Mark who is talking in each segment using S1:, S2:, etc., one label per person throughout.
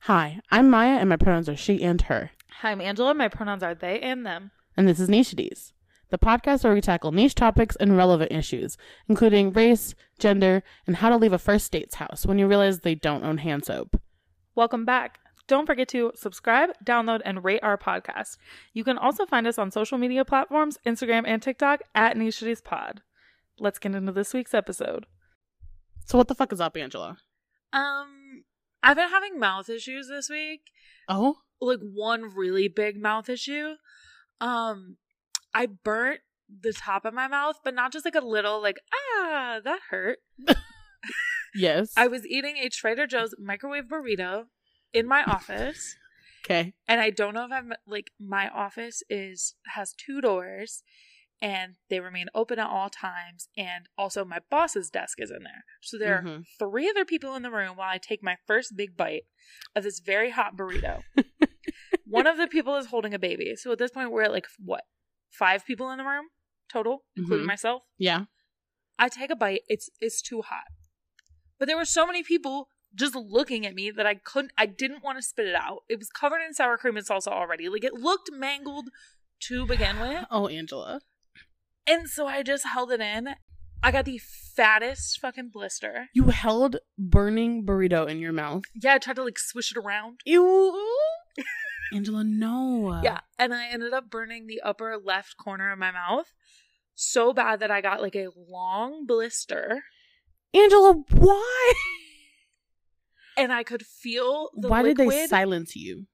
S1: Hi, I'm Maya, and my pronouns are she and her.
S2: Hi, I'm Angela. My pronouns are they and them.
S1: And this is Nichides, the podcast where we tackle niche topics and relevant issues, including race, gender, and how to leave a first date's house when you realize they don't own hand soap.
S2: Welcome back. Don't forget to subscribe, download, and rate our podcast. You can also find us on social media platforms Instagram and TikTok at Nishides Pod. Let's get into this week's episode.
S1: So, what the fuck is up, Angela?
S3: Um, I've been having mouth issues this week.
S1: Oh?
S3: Like one really big mouth issue. Um, I burnt the top of my mouth, but not just like a little, like ah, that hurt.
S1: Yes.
S3: I was eating a Trader Joe's microwave burrito in my office,
S1: okay.
S3: and I don't know if I'm like my office is has two doors, and they remain open at all times, and also my boss's desk is in there, so there are
S1: Mhm.
S3: three other people in the room while I take my first big bite of this very hot burrito. One of the people is holding a baby. So at this point, we're at like, what, five people in the room total, including
S1: Mhm.
S3: myself.
S1: Yeah.
S3: I take a bite. It's it's too hot. But there were so many people just looking at me that I couldn't. I didn't want to spit it out. It was covered in sour cream and salsa already. Like it looked mangled to begin with.
S1: Oh, Angela.
S3: And so I just held it in. I got the fattest fucking blister.
S1: You held burning burrito in your mouth.
S3: Yeah, I tried to like swish it around.
S1: Ew. Angela, no.
S3: Yeah, and I ended up burning the upper left corner of my mouth so bad that I got like a long blister
S1: Angela, why?
S3: and I could feel the
S1: why did they
S3: liquid.
S1: silence you?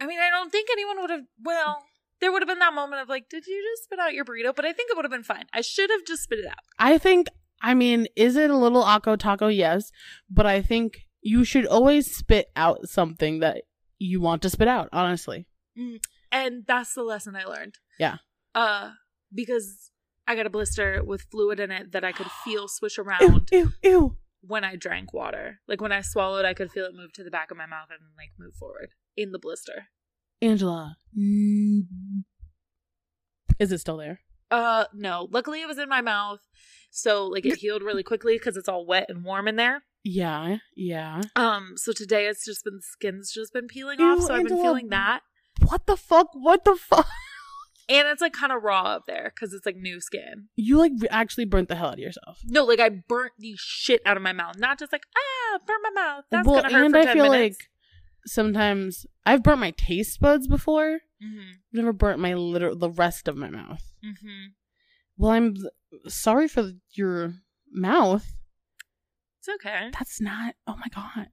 S3: I mean, I don't think anyone would have well, there would have been that moment of like, did you just spit out your burrito? But I think it would have been fine. I should have just spit it out.
S1: I think, I mean, is it a little Akko Taco? Yes. But I think you should always spit out something that you want to spit out, honestly.
S3: Mm, And that's the lesson I learned.
S1: Yeah.
S3: Uh because I got a blister with fluid in it that I could feel swish
S1: Ew,
S3: around
S1: ew, ew.
S3: when I drank water. Like when I swallowed, I could feel it move to the back of my mouth and like move forward in the blister.
S1: Angela. mm, Is it still there?
S3: Uh, no. Luckily, it was in my mouth, so like it healed really quickly because it's all wet and warm in there.
S1: Yeah, yeah.
S3: Um, so today it's just been skin's just been peeling
S1: Ew,
S3: off, so I've been
S1: Angela.
S3: feeling that,
S1: What the fuck? What the fuck?
S3: and it's like kind of raw up there because it's like new skin.
S1: You like re- actually burnt the hell out of yourself.
S3: No, like I burnt the shit out of my mouth, not just like ah, burn my mouth. That's
S1: well,
S3: gonna hurt
S1: and
S3: for
S1: I
S3: ten
S1: feel
S3: minutes.
S1: like sometimes I've burnt my taste buds before.
S3: mm-hmm,
S1: I've never burnt my literal the rest of my mouth.
S3: mm-hmm.
S1: Well, I'm sorry for your mouth.
S3: It's okay.
S1: That's not. Oh my god.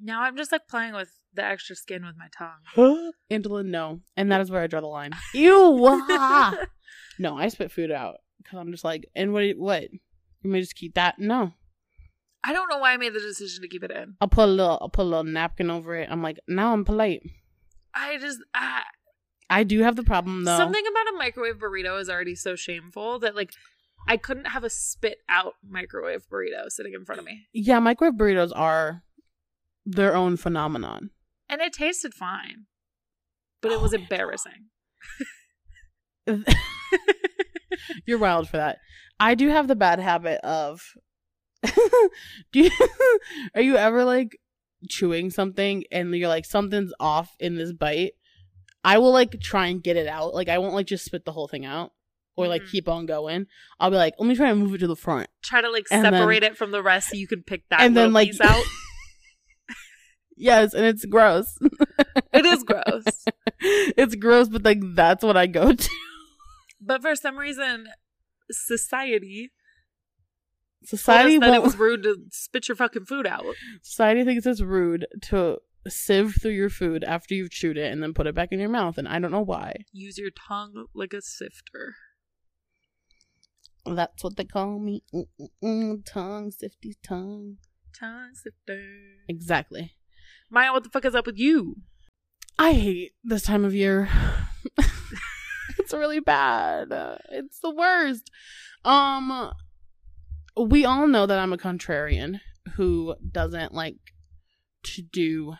S3: Now I'm just like playing with the extra skin with my tongue.
S1: Angela, no. And that is where I draw the line. Ew. ah. no, I spit food out because I'm just like, and what? What? You may just keep that. No,
S3: I don't know why I made the decision to keep it in.
S1: I'll put a little. I'll put a little napkin over it. I'm like, now I'm polite.
S3: I just I,
S1: I do have the problem though.
S3: Something about a microwave burrito is already so shameful that like I couldn't have a spit out microwave burrito sitting in front of me.
S1: Yeah, microwave burritos are their own phenomenon.
S3: And it tasted fine. But it
S1: Oh,
S3: was
S1: Angela.
S3: embarrassing.
S1: You're wild for that. I do have the bad habit of. do you, are you ever like chewing something and you're like something's off in this bite? I will like try and get it out. Like I won't like just spit the whole thing out or like
S3: Mhm.
S1: keep on going. I'll be like, let me try and move it to the front,
S3: Try to like
S1: And then-
S3: separate it from the rest so you can pick that
S1: and then like
S3: piece out.
S1: yes, and it's gross.
S3: it is gross.
S1: it's gross, but like that's what I go to.
S3: But for some reason society told us
S1: Society
S3: that it
S1: won't-
S3: was rude to spit your fucking food out.
S1: Society thinks it's rude to sieve through your food after you've chewed it and then put it back in your mouth, and I don't know why.
S3: Use your tongue like a sifter.
S1: That's what they call me. Mm-mm-mm, tongue, sifty tongue.
S3: Tongue sifter.
S1: Exactly.
S3: Maya, what the fuck is up with you?
S1: I hate this time of year. it's really bad. It's the worst. Um, we all know that I'm a contrarian who doesn't like to do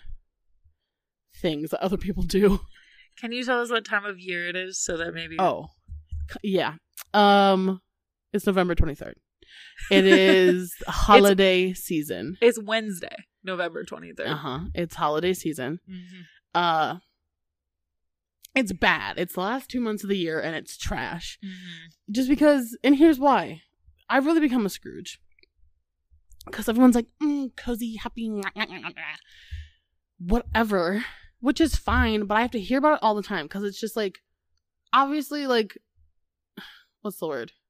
S1: things that other people do.
S3: Can you tell us what time of year it is so that maybe
S1: Oh, c- yeah. Um, it's November 23rd. It is holiday season.
S3: It's Wednesday, November 23rd.
S1: Uh huh. It's holiday season. Uh, it's bad. It's the last two months of the year and it's trash. Just because, and here's why I've really become a Scrooge. Because everyone's like, mm, cozy, happy, nyah, nyah, nyah, nyah, nyah." whatever, which is fine, but I have to hear about it all the time because it's just like, obviously, like, what's the word?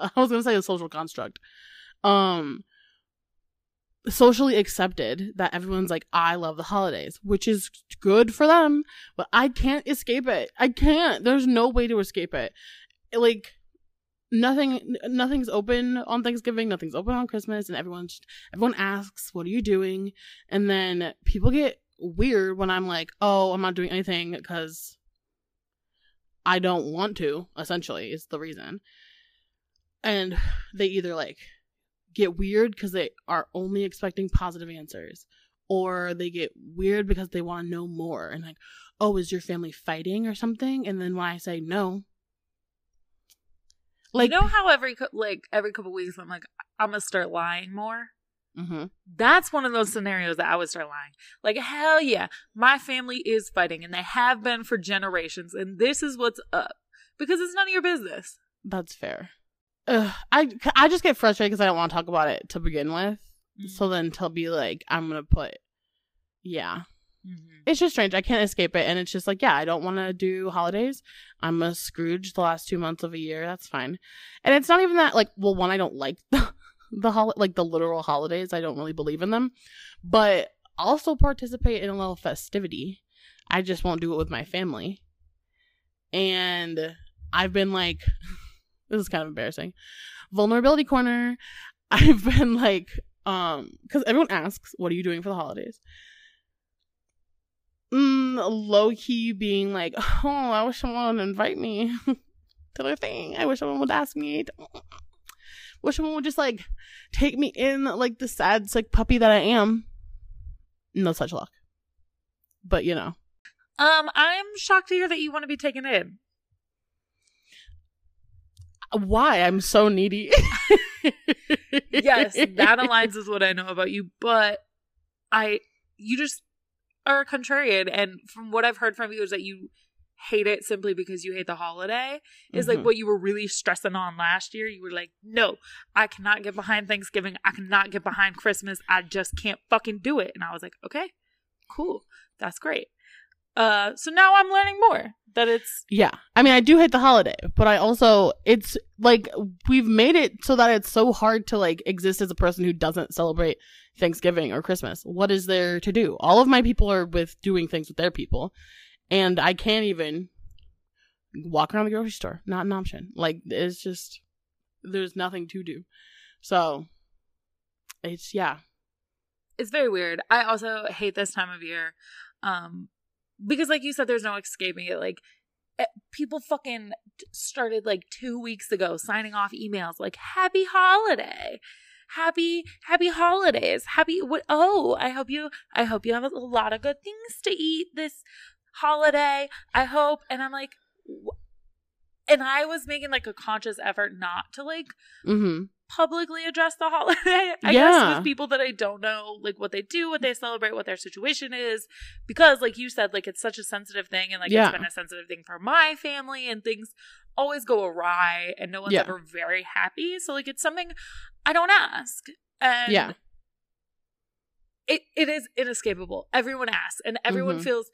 S1: I was going to say a social construct. Um, socially accepted that everyone's like, I love the holidays, which is good for them, but I can't escape it. I can't. There's no way to escape it. Like, nothing nothing's open on thanksgiving nothing's open on christmas and everyone's everyone asks what are you doing and then people get weird when i'm like oh i'm not doing anything because i don't want to essentially is the reason and they either like get weird because they are only expecting positive answers or they get weird because they want to know more and like oh is your family fighting or something and then when i say no
S3: Like,
S1: like
S3: you know how every cou- like every couple weeks I'm like I'm gonna start lying more.
S1: hmm
S3: That's one of those scenarios that I would start lying. Like hell yeah, my family is fighting and they have been for generations, and this is what's up because it's none of your business.
S1: That's fair. Ugh, I I just get frustrated because I don't want to talk about it to begin with.
S3: Mm-hmm.
S1: So then to be like, I'm gonna put, yeah,
S3: Mhm.
S1: it's just strange. I can't escape it, and it's just like, yeah, I don't want to do holidays. I'm a Scrooge the last two months of a year. That's fine, and it's not even that like, well, one, I don't like the the hol- like the literal holidays. I don't really believe in them, but I'll still participate in a little festivity. I just won't do it with my family, and I've been like, this is kind of embarrassing. Vulnerability corner. I've been like, um, because everyone asks, what are you doing for the holidays? mm, low key being like, oh, I wish someone would invite me to their thing. I wish someone would ask me. To... Wish someone would just like take me in like the sad sick puppy that I am. No such luck. But you know,
S3: Um, I'm shocked to hear that you want to be taken in.
S1: why I'm so needy.
S3: Yes, that aligns with what I know about you, but I you just are a contrarian and from what I've heard from you is that you hate it simply because you hate the holiday. Is
S1: Mhm.
S3: like what you were really stressing on last year. You were like, "No, I cannot get behind Thanksgiving. I cannot get behind Christmas. I just can't fucking do it." And I was like, "Okay. Cool. That's great." Uh so now I'm learning more that it's
S1: Yeah. I mean, I do hate the holiday, but I also, it's like we've made it so that it's so hard to like exist as a person who doesn't celebrate Thanksgiving or Christmas. What is there to do? All of my people are with doing things with their people, and I can't even walk around the grocery store. Not an option. Like, it's just, there's nothing to do. So, it's, yeah.
S3: it's very weird. I also hate this time of year. Um because like you said there's no escaping it. Like eh, people fucking t- started like 2 weeks ago signing off emails like happy holiday. Happy happy holidays. Happy what oh, I hope you I hope you have a lot of good things to eat this holiday. I hope and I'm like wh- and I was making like a conscious effort not to like
S1: Mm-hmm.
S3: publicly address the holiday. I guess
S1: Yeah.
S3: with people that I don't know, like what they do, what they celebrate, what their situation is, because like you said, like it's such a sensitive thing, and like
S1: Yeah.
S3: it's been a sensitive thing for my family, and things always go awry, and no one's
S1: Yeah.
S3: ever very happy. So like it's something I don't ask, and
S1: Yeah.
S3: it it is inescapable. Everyone asks, and everyone
S1: Mhm.
S3: feels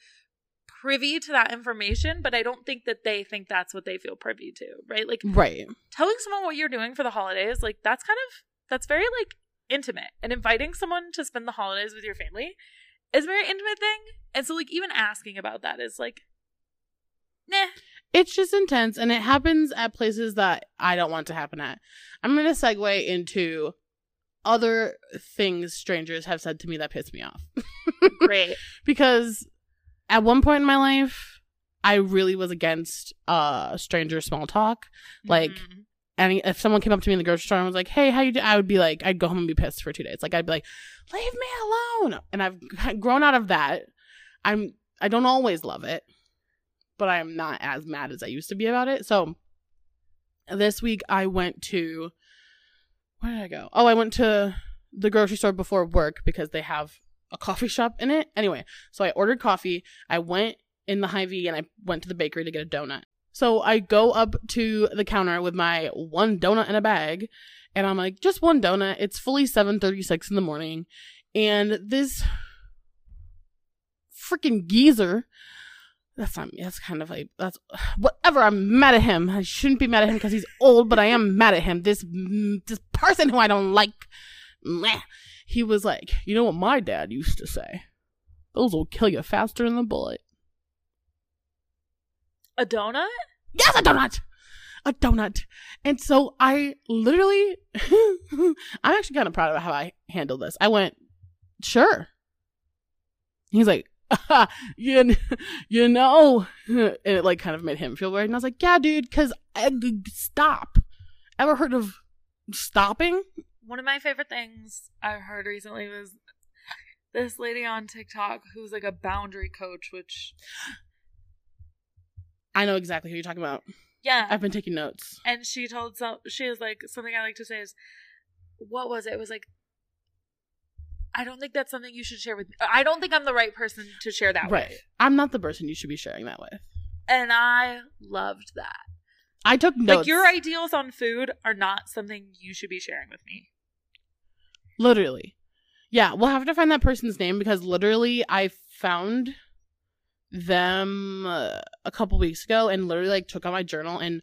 S3: privy to that information, but I don't think that they think that's what they feel privy to, right? Like
S1: Right.
S3: telling someone what you're doing for the holidays, like that's kind of that's very like intimate. And inviting someone to spend the holidays with your family is a very intimate thing. And so like even asking about that is like nah.
S1: it's just intense and it happens at places that I don't want to happen at. I'm going to segue into other things strangers have said to me that piss me off.
S3: Great.
S1: because at one point in my life, I really was against uh stranger small talk. Like-
S3: Mhm.
S1: And if someone came up to me in the grocery store and was like, "Hey, how you do?" I would be like, I'd go home and be pissed for 2 days. Like I'd be like, "Leave me alone." And I've grown out of that. I'm I don't always love it, but I'm not as mad as I used to be about it. So This week I went to where did I go? Oh, I went to the grocery store before work because they have a coffee shop in it. Anyway, so I ordered coffee. I went in the Hy-Vee and I went to the bakery to get a donut. So I go up to the counter with my one donut in a bag and I'm like, just one donut. It's fully 7:36 in the morning and this freaking geezer that's not me. That's kind of like that's whatever. I'm mad at him. I shouldn't be mad at him because he's old, but I am mad at him. This this person who I don't like. Meh. He was like, you know what my dad used to say? Those will kill you faster than a bullet.
S3: A donut?
S1: Yes, a donut. A donut. And so I literally, I'm actually kind of proud of how I handled this. I went, sure. He's like, "Ah, you, kn- you know, and it like kind of made him feel weird. And I was like, yeah, dude, because stop. Ever heard of stopping?
S3: One of my favorite things I heard recently was this lady on TikTok who's like a boundary coach, which
S1: I know exactly who you're talking about.
S3: yeah.
S1: I've been taking notes.
S3: and she told some she was like something I like to say is what was it? It was like I don't think that's something you should share with I don't think I'm the right person to share that
S1: right.
S3: with.
S1: I'm not the person you should be sharing that with.
S3: And I loved that.
S1: I took notes.
S3: like your ideals on food are not something you should be sharing with me.
S1: Literally. Yeah, we'll have to find that person's name because literally I found them uh, a couple weeks ago and literally like took out my journal and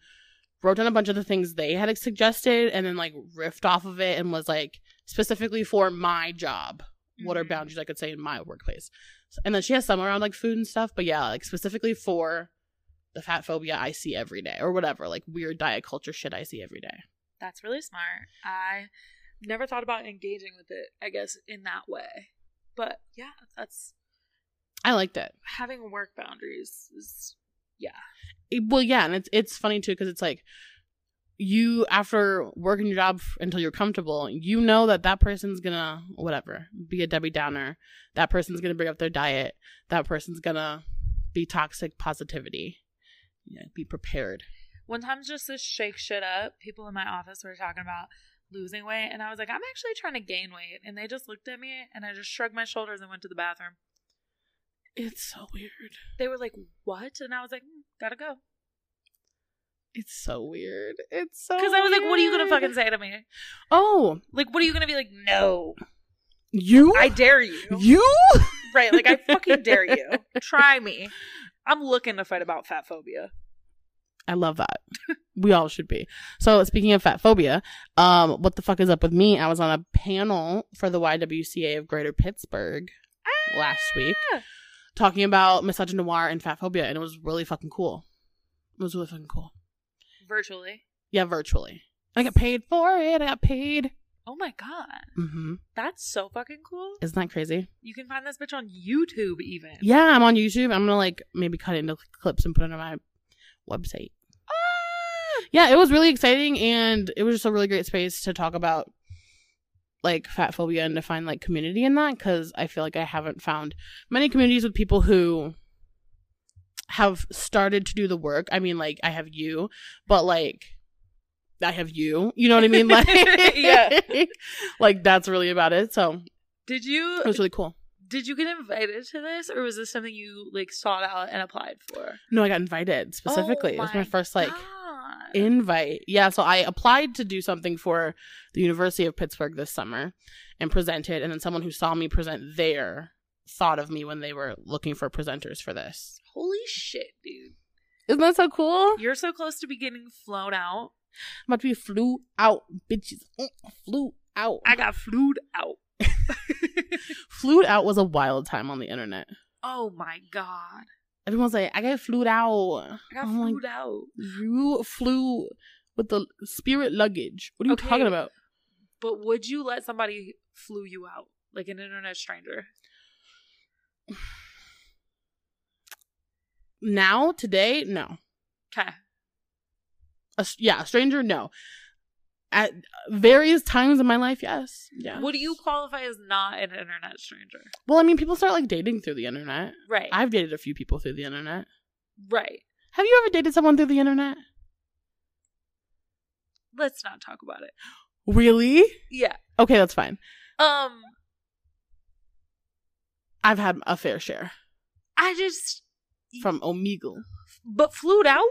S1: wrote down a bunch of the things they had suggested and then like riffed off of it and was like specifically for my job what are
S3: Mhm.
S1: boundaries I could say in my workplace. S- And then she has some around like food and stuff, but yeah, like specifically for the fat phobia I see every day or whatever, like weird diet culture shit I see every day.
S3: That's really smart. I never thought about engaging with it, I guess, in that way. But yeah, that's
S1: I liked it.
S3: having work boundaries is
S1: it- well yeah and it's it's funny too because it's like you after working your job f- until you're comfortable you know that that person's gonna whatever be a debbie downer that person's gonna bring up their diet that person's gonna be toxic positivity yeah, be prepared
S3: one time just to shake shit up, people in my office were talking about losing weight, and I was like, I'm actually trying to gain weight. And they just looked at me, and I just shrugged my shoulders and went to the bathroom.
S1: it's so weird
S3: They were like, What? And I was like, "Mm, Gotta go.
S1: it's so weird it's so
S3: Because I was like, What are you gonna
S1: weird.
S3: fucking say to me?
S1: oh
S3: Like, what are you gonna be like? No,
S1: you
S3: I dare you.
S1: you
S3: Right? Like, I fucking dare you. Try me. I'm looking to fight about fat phobia.
S1: I love that. we all should be. So speaking of fat phobia, um, what the fuck is up with me? I was on a panel for the YWCA of Greater Pittsburgh last week
S3: Ah!
S1: talking about misogynoir and fat phobia, and it was really fucking cool. It was really fucking cool.
S3: Virtually.
S1: Yeah, virtually. I got paid for it. I got paid.
S3: Oh my god.
S1: Mm-hmm.
S3: That's so fucking cool.
S1: Isn't that crazy?
S3: You can find this bitch on YouTube even.
S1: Yeah, I'm on YouTube. I'm gonna like maybe cut it into clips and put it on my website.
S3: Ah!
S1: yeah, it was really exciting and it was just a really great space to talk about like fat phobia and to find like community in that because I feel like I haven't found many communities with people who have started to do the work. I mean, like I have you, but like I have you. You know what I mean? Like,
S3: Yeah.
S1: like that's really about it. So
S3: Did you
S1: it was really cool.
S3: Did you get invited to this, or was this something you like sought out and applied for?
S1: No, I got invited specifically. it was
S3: Oh
S1: my first like
S3: God.
S1: invite. Yeah, so I applied to do something for the University of Pittsburgh this summer and presented and then someone who saw me present there thought of me when they were looking for presenters for this.
S3: holy shit, dude!
S1: Isn't that so cool? I'm
S3: You're so close to be getting flown out.
S1: about to be flew out, bitches. Mm, Flew out.
S3: I got flued out.
S1: Flew out was a wild time on the internet.
S3: oh my god,
S1: Everyone's like, I got flew out.
S3: I got
S1: I'm like,
S3: flued out.
S1: You flew with the spirit luggage. What are you
S3: Okay.
S1: talking about?
S3: But would you let somebody flew you out, like an internet stranger?
S1: Now, today, no.
S3: Okay,
S1: a, yeah, a stranger, no. At various times in my life, yes. Yeah.
S3: would you qualify as not an internet stranger?
S1: Well, I mean, people start like dating through the internet.
S3: Right,
S1: I've dated a few people through the internet.
S3: right.
S1: Have you ever dated someone through the internet?
S3: Let's not talk about it.
S1: Really?
S3: Yeah.
S1: Okay, that's fine.
S3: Um,
S1: I've had a fair share
S3: I just,
S1: from Omegle.
S3: but flued out?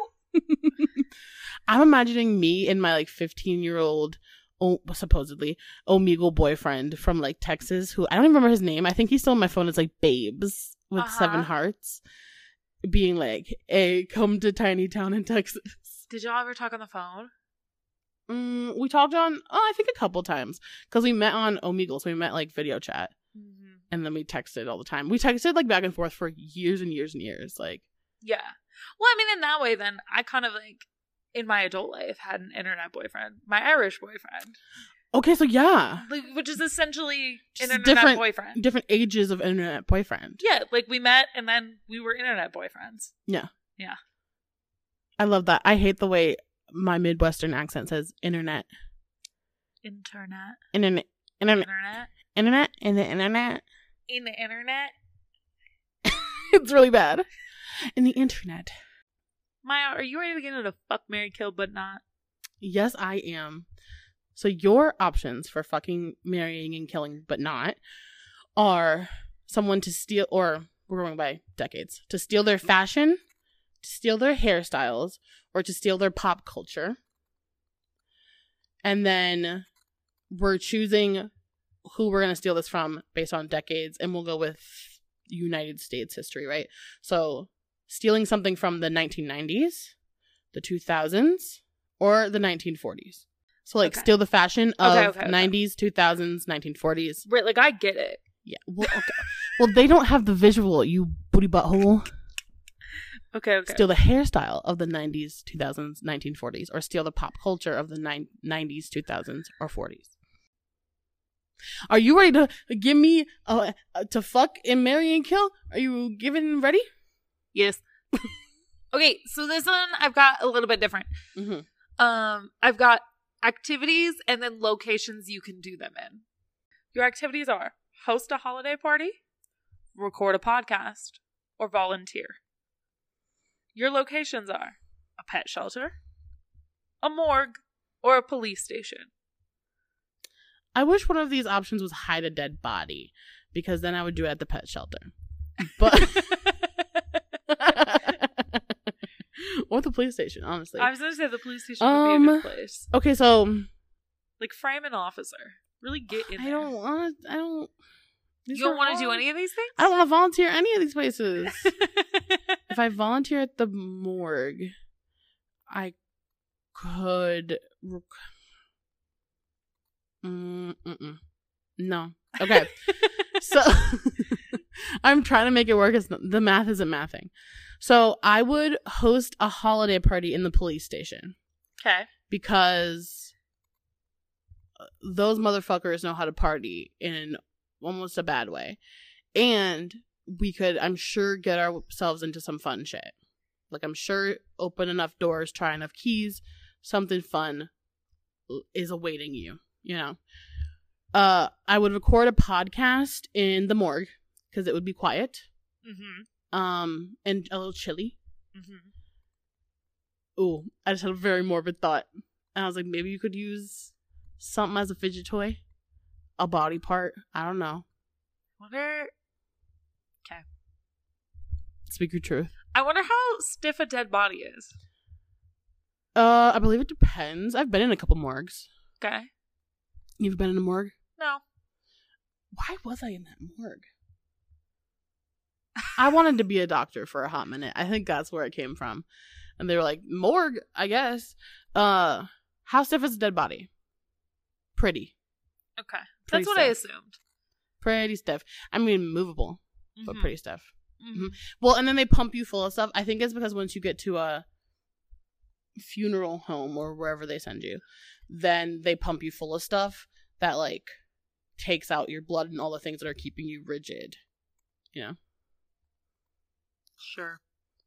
S1: I'm imagining me and my like 15 year old, oh, supposedly Omegle boyfriend from like Texas, who I don't even remember his name. I think he's still on my phone. It's like Babes with
S3: Uh-huh.
S1: seven hearts, being like, "Hey, come to tiny town in Texas."
S3: Did y'all ever talk on the phone?
S1: Mm, we talked on, oh, I think a couple times because we met on Omegle, so we met like video chat,
S3: Mm-hmm.
S1: and then we texted all the time. We texted like back and forth for years and years and years. Like,
S3: Yeah. Well, I mean, in that way, then I kind of like in my adult life had an internet boyfriend, my Irish boyfriend,
S1: okay, so yeah,
S3: like, which is essentially
S1: Just
S3: an internet
S1: different-
S3: boyfriend.
S1: different ages of internet boyfriend.
S3: yeah, like we met and then we were internet boyfriends.
S1: I love that. I hate the way my Midwestern accent says internet,
S3: Internet,
S1: internet, internet,
S3: internet,
S1: internet, and the internet.
S3: in the internet.
S1: It's really bad. And the internet.
S3: Maya, are you ready to get into fuck, Mary, kill, but not?
S1: Yes, I am. So your options for fucking, marrying, and killing, but not, are someone to steal, or we're going by decades, to steal their fashion, to steal their hairstyles, or to steal their pop culture. And then we're choosing who we're going to steal this from based on decades, and we'll go with United States history, right? So stealing something from the 1990s, the 2000s, or the 1940s. So like
S3: Okay.
S1: steal the fashion of
S3: Okay, okay, okay.
S1: 90s, 2000s, 1940s.
S3: Right, like I get it.
S1: Yeah. Well, okay. well, they don't have the visual, you booty butthole.
S3: Okay, okay.
S1: Steal the hairstyle of the 90s, 2000s, 1940s, or steal the pop culture of the nine- 90s, 2000s, or 40s. Are you ready to give me uh, uh, to fuck and marry and kill? Are you given ready?
S3: Yes. okay, so this one I've got a little bit different.
S1: Mm-hmm.
S3: Um, I've got activities and then locations you can do them in. Your activities are host a holiday party, record a podcast, or volunteer. Your locations are a pet shelter, a morgue, or a police station.
S1: I wish one of these options was hide a dead body, because then I would do it at the pet shelter. But or the police station, honestly.
S3: I was gonna say the police station would be a
S1: Um,
S3: good place.
S1: Okay, so
S3: Like frame an officer. Really get in
S1: I
S3: there.
S1: don't want to. I don't. these
S3: you don't
S1: are
S3: want to do
S1: wrong.
S3: any of these things?
S1: I don't want to volunteer any of these places. if I volunteer at the morgue, I could. Rec- mm, mm-mm. no. Okay. so I'm trying to make it work. It's not, the math isn't mathing. So I would host a holiday party in the police station
S3: Okay.
S1: because uh, those motherfuckers know how to party in almost a bad way. And we could, I'm sure, get ourselves into some fun shit. Like, I'm sure open enough doors, try enough keys, something fun is awaiting you, you know? Uh, I would record a podcast in the morgue because it would be quiet
S3: Mm-hmm.
S1: um, and a little chilly.
S3: Mm-hmm.
S1: Ooh, I just had a very morbid thought. And I was like, maybe you could use something as a fidget toy, a body part. I don't know.
S3: Wonder
S1: Speak your truth.
S3: I wonder how stiff a dead body is.
S1: Uh, I believe it depends. I've been in a couple morgues.
S3: Okay.
S1: You've been in a morgue?
S3: No.
S1: Why was I in that morgue? I wanted to be a doctor for a hot minute. I think that's where it came from. And they were like, morgue, I guess. Uh, how stiff is a dead body? Pretty.
S3: Okay.
S1: Pretty
S3: That's what I assumed.
S1: Pretty stiff. I mean, movable, but
S3: Mhm.
S1: pretty mm-hmm. stiff.
S3: Mhm.
S1: Well, and then they pump you full of stuff. I think it's because once you get to a funeral home or wherever they send you, then they pump you full of stuff that like takes out your blood and all the things that are keeping you rigid.
S3: Sure.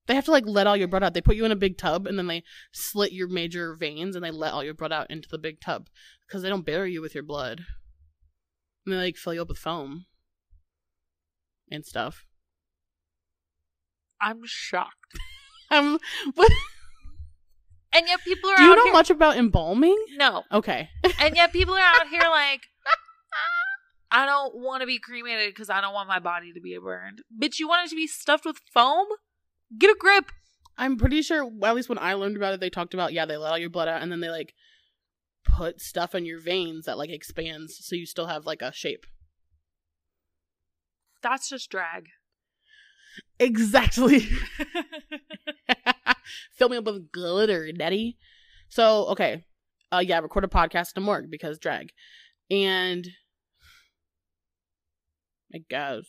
S1: They have to like let all your blood out. They put you in a big tub and then they slit your major veins and they let all your blood out into the big tub because they don't bury you with your blood. And they like fill you up with foam and stuff.
S3: I'm shocked.
S1: Um,
S3: And yet people are
S1: Do you
S3: out
S1: know
S3: here.
S1: much about embalming?
S3: no.
S1: Okay.
S3: And yet people are out here like, I don't want to be cremated because I don't want my body to be burned. Bitch, you want it to be stuffed with foam? Get a grip.
S1: I'm pretty sure, at least when I learned about it, they talked about, yeah, they let all your blood out and then they like put stuff in your veins that like expands so you still have like a shape.
S3: That's just drag.
S1: Exactly. Fill me up with glitter, Daddy. So, okay. Uh, yeah, record a podcast in a morgue because drag. And I guess.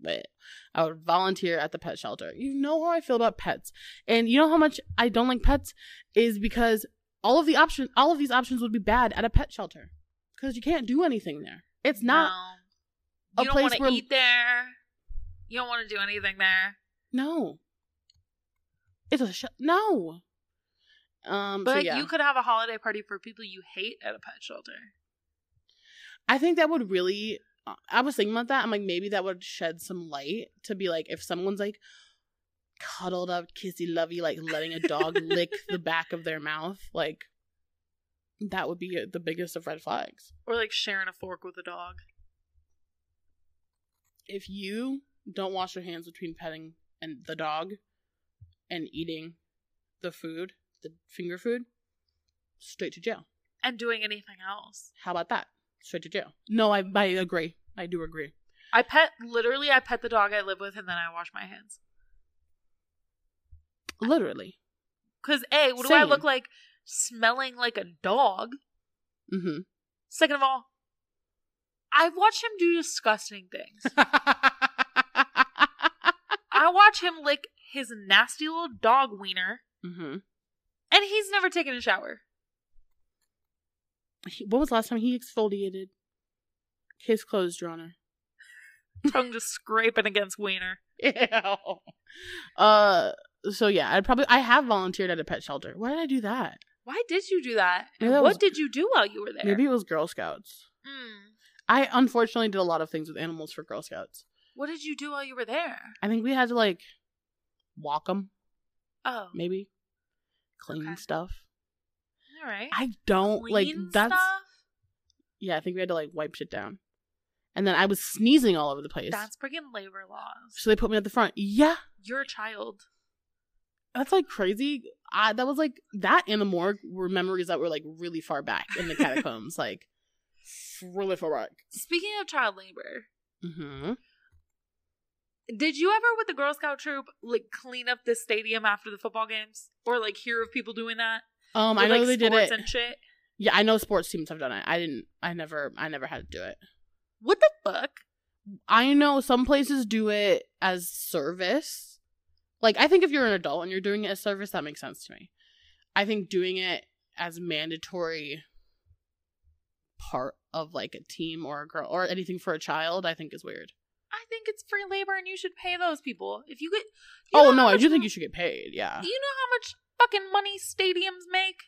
S1: But I would volunteer at the pet shelter. You know how I feel about pets. And you know how much I don't like pets is because all of the options all of these options would be bad at a pet shelter. Because you can't do anything there. It's not
S3: No.
S1: a
S3: You don't
S1: place
S3: want to
S1: where-
S3: eat there. You don't want to do anything there.
S1: No. It's a sh- no. Um, so
S3: But
S1: yeah,
S3: you could have a holiday party for people you hate at a pet shelter.
S1: I think that would really. uh, I was thinking about that. I'm like, maybe that would shed some light to be like, if someone's like cuddled up, kissy lovey, like letting a dog lick the back of their mouth, like that would be uh, the biggest of red flags.
S3: Or like sharing a fork with a dog.
S1: If you don't wash your hands between petting and the dog and eating the food, the finger food, straight to jail.
S3: And doing anything else.
S1: How about that? Straight to jail. No, I I agree. I do agree.
S3: I pet literally I pet the dog I live with and then I wash my hands.
S1: Literally.
S3: Because A, what do I
S1: Same.
S3: look like smelling like a dog?
S1: Mm-hmm.
S3: Second of all, I've watched him do disgusting things. I watch him lick his nasty little dog wiener,
S1: mm-hmm.
S3: and he's never taken a shower.
S1: What was the last time he exfoliated? His clothes, Your Honor.
S3: Tongue just scraping against wiener.
S1: Ew. Uh. So yeah, I probably I have volunteered at a pet shelter. Why did I do that?
S3: Why did you do that?
S1: Maybe
S3: And
S1: that
S3: what
S1: was-
S3: did you do while you were there?
S1: Maybe it was Girl Scouts.
S3: Mm.
S1: I unfortunately did a lot of things with animals for Girl Scouts.
S3: What did you do while you were there?
S1: I think we had to like walk them,
S3: Oh,
S1: maybe clean
S3: Okay.
S1: stuff.
S3: all right.
S1: I don't like
S3: Clean
S1: that's
S3: stuff?
S1: Yeah, I think we had to like wipe shit down. And then I was sneezing all over the place.
S3: That's friggin' labor laws.
S1: so they put me at the front. Yeah,
S3: You're a child.
S1: that's like crazy. I, that was like that and the morgue were memories that were like really far back in the catacombs, like really far back.
S3: Speaking of child labor,
S1: hmm
S3: Did you ever, with the Girl Scout troop, like clean up the stadium after the football games, or like hear of people doing that?
S1: Um, I
S3: With,
S1: know
S3: like,
S1: they did
S3: sports
S1: it.
S3: and shit.
S1: yeah, I know sports teams have done it. I didn't. I never. I never had to do it.
S3: What the fuck?
S1: I know some places do it as service. Like I think if you're an adult and you're doing it as service, that makes sense to me. I think doing it as mandatory part of like a team or a girl or anything for a child, I think is weird.
S3: I think it's free labor, and you should pay those people if you get.
S1: oh no, I do think you should get paid. Yeah.
S3: You know how much fucking money stadiums make?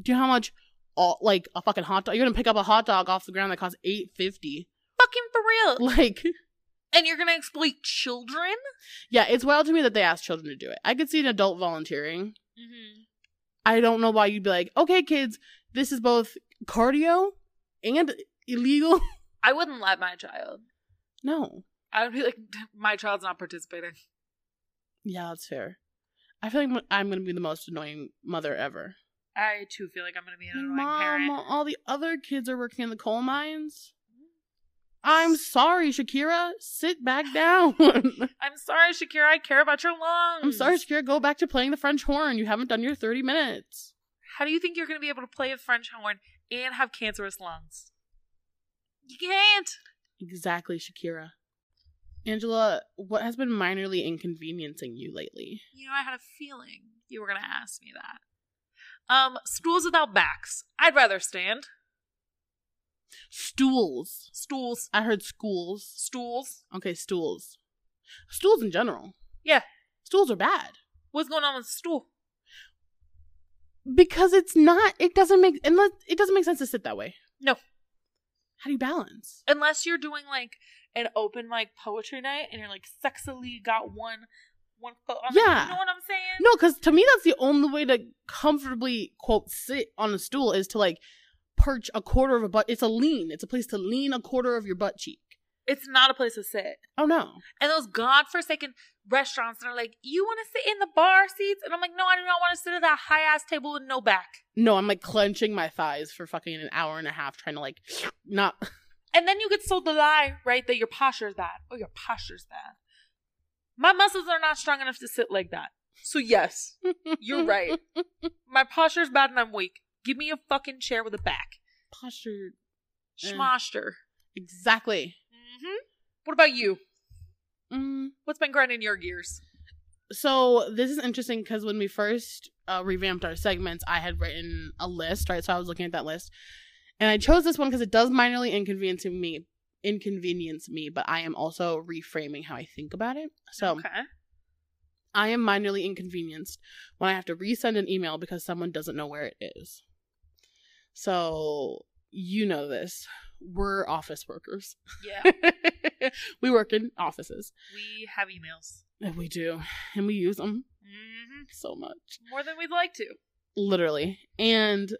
S1: Do you know how much all, like a fucking hot dog? You're gonna pick up a hot dog off the ground that costs eight fifty.
S3: Fucking for real.
S1: Like,
S3: And you're gonna exploit children?
S1: yeah, it's wild to me that they ask children to do it. I could see an adult volunteering,
S3: Mm-hmm.
S1: I don't know why you'd be like, okay, kids, this is both cardio and illegal.
S3: I wouldn't let my child.
S1: No.
S3: I would be like, my child's not participating.
S1: Yeah, that's fair. I feel like I'm going to be the most annoying mother ever.
S3: I too feel like I'm gonna be an annoying
S1: Mom,
S3: parent.
S1: all the other kids are working in the coal mines.
S3: Mm-hmm.
S1: I'm sorry, Shakira. Sit back down.
S3: I'm sorry, Shakira. I care about your lungs.
S1: I'm sorry, Shakira. Go back to playing the French horn. You haven't done your 30 minutes.
S3: How do you think you're going to be able to play a French horn and have cancerous lungs? You can't.
S1: Exactly, Shakira. Angela, what has been minorly inconveniencing you lately?
S3: You know, I had a feeling you were going to ask me that. Um, stools without backs. I'd rather stand.
S1: Stools.
S3: Stools.
S1: I heard schools.
S3: Stools.
S1: Okay, stools. Stools in general.
S3: Yeah.
S1: Stools are bad.
S3: What's going on with the stool?
S1: Because it's not it doesn't make unless it doesn't make sense to sit that way.
S3: No.
S1: How do you balance?
S3: Unless you're doing like an open mic poetry night and you're like sexily got one one foot on
S1: Yeah.
S3: the, you know what I'm saying?
S1: No, because to me, that's the only way to comfortably quote sit on a stool is to like perch a quarter of a butt. It's a lean. It's a place to lean a quarter of your butt cheek.
S3: It's not a place to sit.
S1: Oh no,
S3: And those godforsaken restaurants that are like, you want to sit in the bar seats? And I'm like, no, I do not want to sit at that high ass table with no back.
S1: no, I'm like clenching my thighs for fucking an hour and a half trying to like not.
S3: And then you get sold the lie, right, that your posture's bad. Oh, your posture's bad. My muscles are not strong enough to sit like that. So yes, you're right. My posture's bad and I'm weak. Give me a fucking chair with a back.
S1: Posture Mm. Mm-hmm.
S3: Schmoster.
S1: exactly.
S3: hmm What about you?
S1: Mm.
S3: What's been grinding your gears?
S1: so this is interesting because when we first uh, revamped our segments, I had written a list, right? So I was looking at that list, and I chose this one because it does minorly inconvenience me, inconvenience me, but I am also reframing how I think about it. So
S3: okay.
S1: I am minorly inconvenienced when I have to resend an email because someone doesn't know where it is. So you know this. We're office workers.
S3: Yeah.
S1: we work in offices.
S3: we have emails.
S1: And we do. And we use them
S3: hmm
S1: so much.
S3: More than we'd like to.
S1: literally and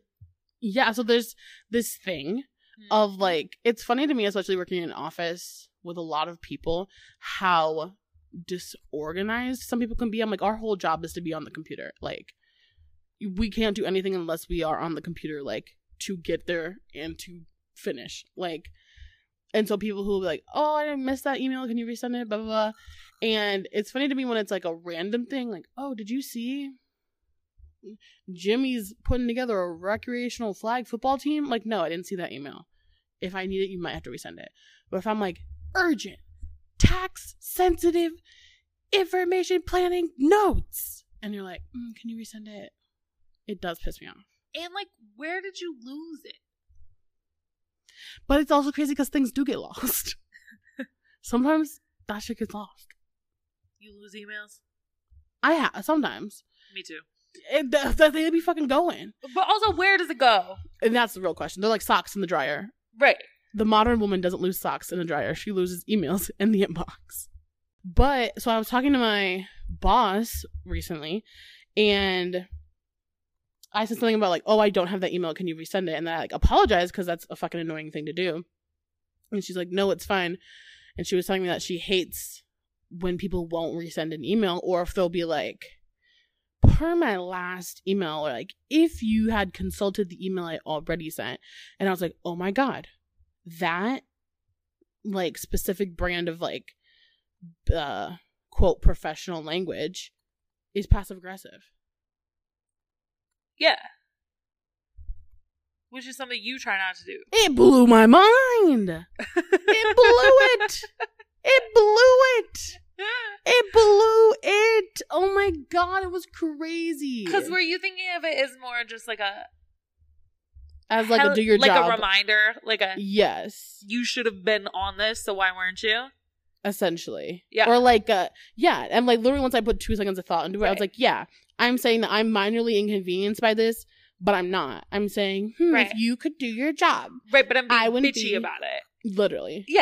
S1: yeah so there's this thing
S3: Mhm.
S1: of like it's funny to me especially working in an office with a lot of people how disorganized some people can be i'm like our whole job is to be on the computer like we can't do anything unless we are on the computer like to get there and to finish like and so people who will be like oh i didn't miss that email can you resend it blah blah blah and it's funny to me when it's like a random thing like oh did you see Jimmy's putting together a recreational flag football team. Like, no, I didn't see that email. If I need it, you might have to resend it. But if I'm like urgent, tax sensitive, information planning notes, and you're like, mm, can you resend it? It does piss me off.
S3: And like, where did you lose it?
S1: But it's also crazy because things do get lost. sometimes that shit gets lost.
S3: You lose emails?
S1: I ha- sometimes
S3: Me too.
S1: it, th- th- they be fucking going,
S3: But also, where does it go?
S1: and that's the real question. They're like socks in the dryer.
S3: Right.
S1: the modern woman doesn't lose socks in a dryer. She loses emails in the inbox. But so I was talking to my boss recently and I said something about like, "Oh, I don't have that email. Can you resend it?" And then I like apologized cuz that's a fucking annoying thing to do. And she's like, "No, it's fine." And she was telling me that she hates when people won't resend an email or if they'll be like per my last email or like if you had consulted the email I already sent. And I was like, "Oh my god that like specific brand of like uh quote professional language is passive aggressive.
S3: Yeah. Which is something you try not to do.
S1: It blew my mind. It blew it. It blew it. It blew it. Oh my god, it was crazy.
S3: Because were you thinking of it as more just like a
S1: as like
S3: hell-
S1: a do your
S3: like
S1: job.
S3: a reminder, like a
S1: yes,
S3: you should have been on this, so why weren't you?
S1: essentially.
S3: Yeah.
S1: Or like uh yeah, and like literally once I put 2 seconds of thought into it, I was
S3: Right.
S1: like, yeah, I'm saying that I'm minorly inconvenienced by this, but I'm not. I'm saying, hmm,
S3: Right.
S1: if you could do your job,
S3: Right, but I'm being
S1: I wouldn't
S3: bitchy
S1: be-
S3: about it.
S1: literally.
S3: Yeah.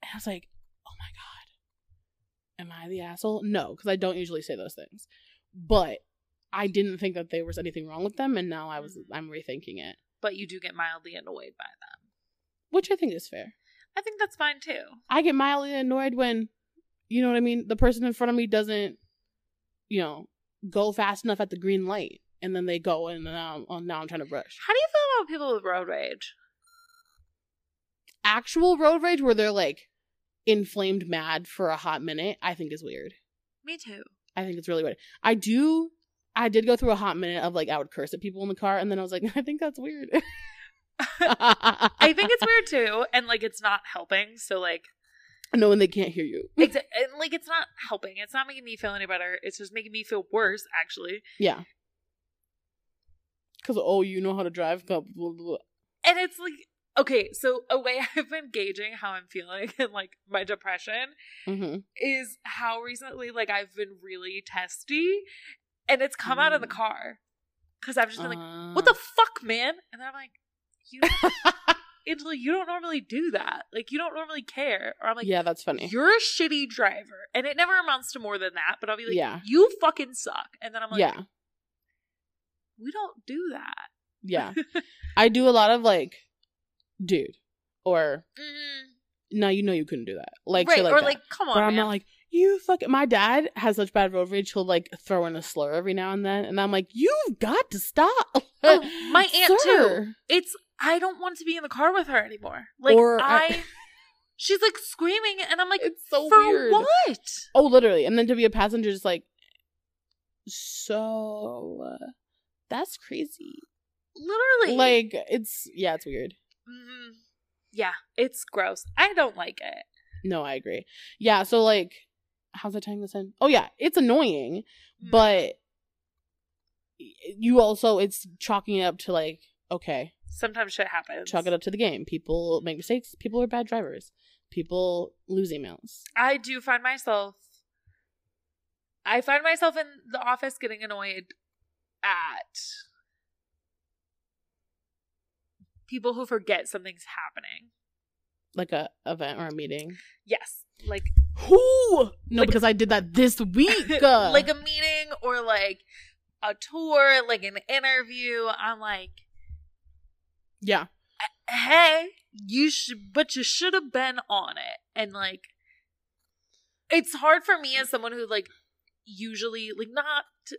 S1: And I was like, oh my God, am I the asshole? No, because I don't usually say those things. But I didn't think that there was anything wrong with them. And now I was,
S3: Mhm.
S1: I'm rethinking it,
S3: But you do get mildly annoyed by them.
S1: which I think is fair.
S3: I think that's fine too.
S1: I get mildly annoyed when, you know what I mean? The person in front of me doesn't, you know, go fast enough at the green light. And then they go, and now I'm, oh, now I'm trying to brush.
S3: How do you feel about people with road rage?
S1: Actual road rage, where they're like inflamed mad for a hot minute, I think is weird.
S3: Me too.
S1: I think it's really weird. I do. I did go through a hot minute of like I would curse at people in the car, and then I was like, I think that's weird.
S3: I
S1: I
S3: think it's weird too, and like it's not helping. So like,
S1: no, and they can't hear you.
S3: it's, and, like it's not helping. It's not making me feel any better. It's just making me feel worse. Actually,
S1: Yeah, because oh, you know how to drive. blah, blah, blah.
S3: and it's like okay. So a way I've been gauging how I'm feeling and like my depression
S1: Mhm.
S3: is how recently like I've been really testy, and it's come out of the
S1: Mm.
S3: car because I've just been like,
S1: Uh,
S3: "What the fuck, man?" And then I'm like, "You Angela, you don't normally do that. Like, you don't normally care. Or I'm like,
S1: yeah, that's funny.
S3: you're a shitty driver. And it never amounts to more than that, but I'll be like,
S1: Yeah.
S3: you fucking suck. And then I'm like,
S1: yeah,
S3: we don't do that.
S1: yeah. I do a lot of like, dude, or
S3: Mm,
S1: no, you know you couldn't do that. Like,
S3: right.
S1: shit like
S3: or
S1: that.
S3: like, come on.
S1: but I'm
S3: man.
S1: not like you fucking. My dad has such bad road rage. He'll like throw in a slur every now and then, and I'm like, you've got to stop.
S3: Oh, my aunt
S1: Sir.
S3: it's I don't want to be in the car with her anymore. Like
S1: Or
S3: I,
S1: I-
S3: she's like screaming, and I'm like,
S1: It's so
S3: for
S1: weird.
S3: what?
S1: Oh, literally. And then to be a passenger, just like, so uh, that's crazy.
S3: Literally,
S1: Like it's yeah, it's weird.
S3: mm, yeah, it's gross. I don't like it.
S1: No, I agree. Yeah, so like, how's I tying this in? Oh yeah, it's annoying,
S3: Mm.
S1: but y- you also it's chalking it up to like, okay,
S3: Sometimes shit happens.
S1: chalk it up to the game. People make mistakes. People are bad drivers. People lose emails.
S3: I do find myself. I find myself in the office getting annoyed at people who forget something's happening.
S1: Like a event or a meeting.
S3: Yes, like
S1: Who? No,
S3: Like-
S1: because I did that this week.
S3: like a meeting or like a tour, like an interview. I'm like,
S1: yeah,
S3: hey, you should, but you should have been on it. And like, it's hard for me as someone who like usually like not.